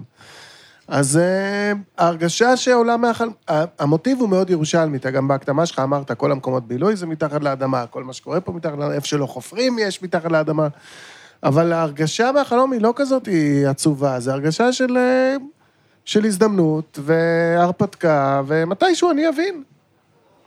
Speaker 1: אז אה, ההרגשה שעולה מהחלום, המוטיב הוא מאוד ירושלמי, אתה גם בהקדמה שלך אמרת, כל המקומות בילוי זה מתחת לאדמה, כל מה שקורה פה מתחת לאדמה, איפה שלא חופרים יש מתחת לאדמה, אבל ההרגשה מהחלום היא לא כזאת היא עצובה, זו הרגשה של, אה, של הזדמנות והרפתקה, ומתישהו אני אבין.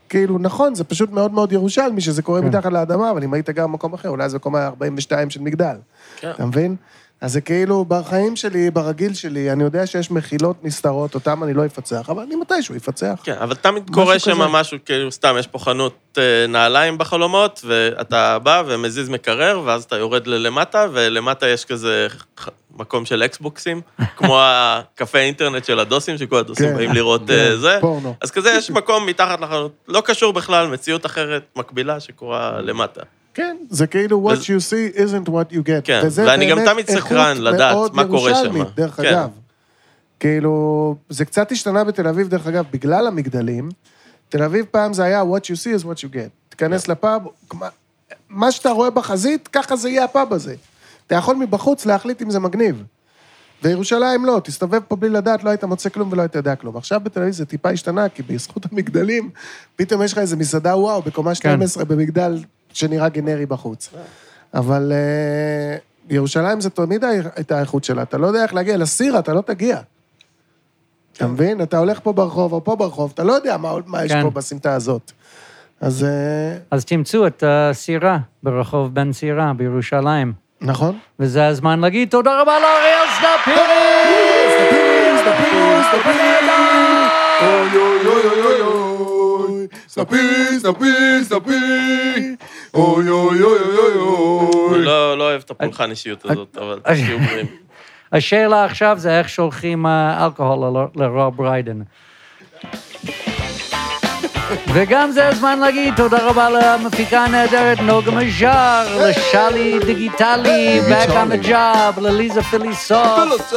Speaker 1: כאילו, נכון, זה פשוט מאוד מאוד ירושלמי שזה קורה מתחת לאדמה, אבל אם היית גר במקום אחר, אולי זה מקום ה-42 של מגדל.
Speaker 7: כן.
Speaker 1: אתה מבין? אז זה כאילו, בחיים שלי, ברגיל שלי, אני יודע שיש מחילות נסתרות, אותן אני לא אפצח, אבל אני מתישהו אפצח.
Speaker 7: כן, אבל תמיד
Speaker 1: משהו
Speaker 7: קורה שם
Speaker 1: כזה.
Speaker 7: משהו, כאילו, סתם, יש פה חנות אה, נעליים בחלומות, ואתה בא ומזיז מקרר, ואז אתה יורד ללמטה, ולמטה יש כזה ח- מקום של
Speaker 1: (laughs)
Speaker 7: אקסבוקסים, כמו הקפה אינטרנט של הדוסים, שכל הדוסים
Speaker 1: כן.
Speaker 7: באים לראות אה, זה.
Speaker 1: פורנו.
Speaker 7: אז כזה יש מקום מתחת לחנות, לא קשור בכלל, מציאות אחרת, מקבילה, שקורה למטה.
Speaker 1: כן, זה כאילו, what
Speaker 7: וזה-
Speaker 1: you see isn't what you get.
Speaker 7: כן,
Speaker 1: וזה
Speaker 7: ואני גם
Speaker 1: באמת
Speaker 7: תמיד
Speaker 1: איכות
Speaker 7: סקרן לדעת
Speaker 1: מאוד
Speaker 7: מה קורה שם.
Speaker 1: ירושלמית, דרך
Speaker 7: כן.
Speaker 1: אגב. כאילו, זה קצת השתנה בתל אביב, דרך אגב, בגלל המגדלים. תל אביב פעם זה היה, what you see is what you get. תיכנס
Speaker 7: כן.
Speaker 1: לפאב, מה- מה שאתה רואה בחזית, ככה זה יהיה הפאב הזה. אתה יכול מבחוץ להחליט אם זה מגניב. וירושלים לא, תסתובב פה בלי לדעת, לא היית מוצא כלום ולא היית יודע כלום. עכשיו בתל אביב זה טיפה השתנה, כי בזכות (laughs) המגדלים, פתאום יש לך איזה מסעדה וואו בקומה 12 במגדל שנראה גנרי בחוץ. אבל אה, ירושלים זה תמיד העיר- הייתה האיכות שלה, אתה לא יודע איך להגיע, לסירה אתה לא תגיע. אתה מבין? אתה הולך פה ברחוב או פה ברחוב, אתה לא יודע מה, מה יש
Speaker 6: כן.
Speaker 1: פה בסמטה הזאת. אז אה,
Speaker 6: אז תמצאו את הסירה ברחוב בן סירה בירושלים.
Speaker 1: נכון?
Speaker 6: וזה הזמן להגיד תודה רבה לאריאל סדפירי!
Speaker 2: ספי, ספי, ספי, אוי אוי אוי אוי אוי.
Speaker 7: אני לא לא אוהב את הפולחן אישיות הזאת, אבל תהיו בריאים.
Speaker 6: השאלה עכשיו זה איך שולחים אה, אלכוהול ל- לרוב ריידן. וגם זה הזמן להגיד תודה רבה למפיקה הנהדרת נוגה מז'אר, לשלי דיגיטלי, back on the job, לליזה פיליסוף,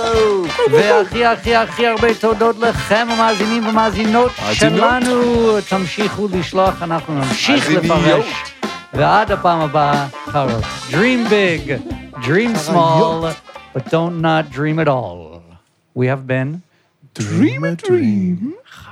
Speaker 6: והכי הכי הכי הרבה תודות לכם המאזינים והמאזינות
Speaker 2: מאזינות.
Speaker 6: שלנו. תמשיכו לשלוח, אנחנו נמשיך לפרש. ועד הפעם הבאה, חרות. Dream big, dream small, but don't not dream at all. We have been
Speaker 1: Dream a dream.
Speaker 6: חלומות.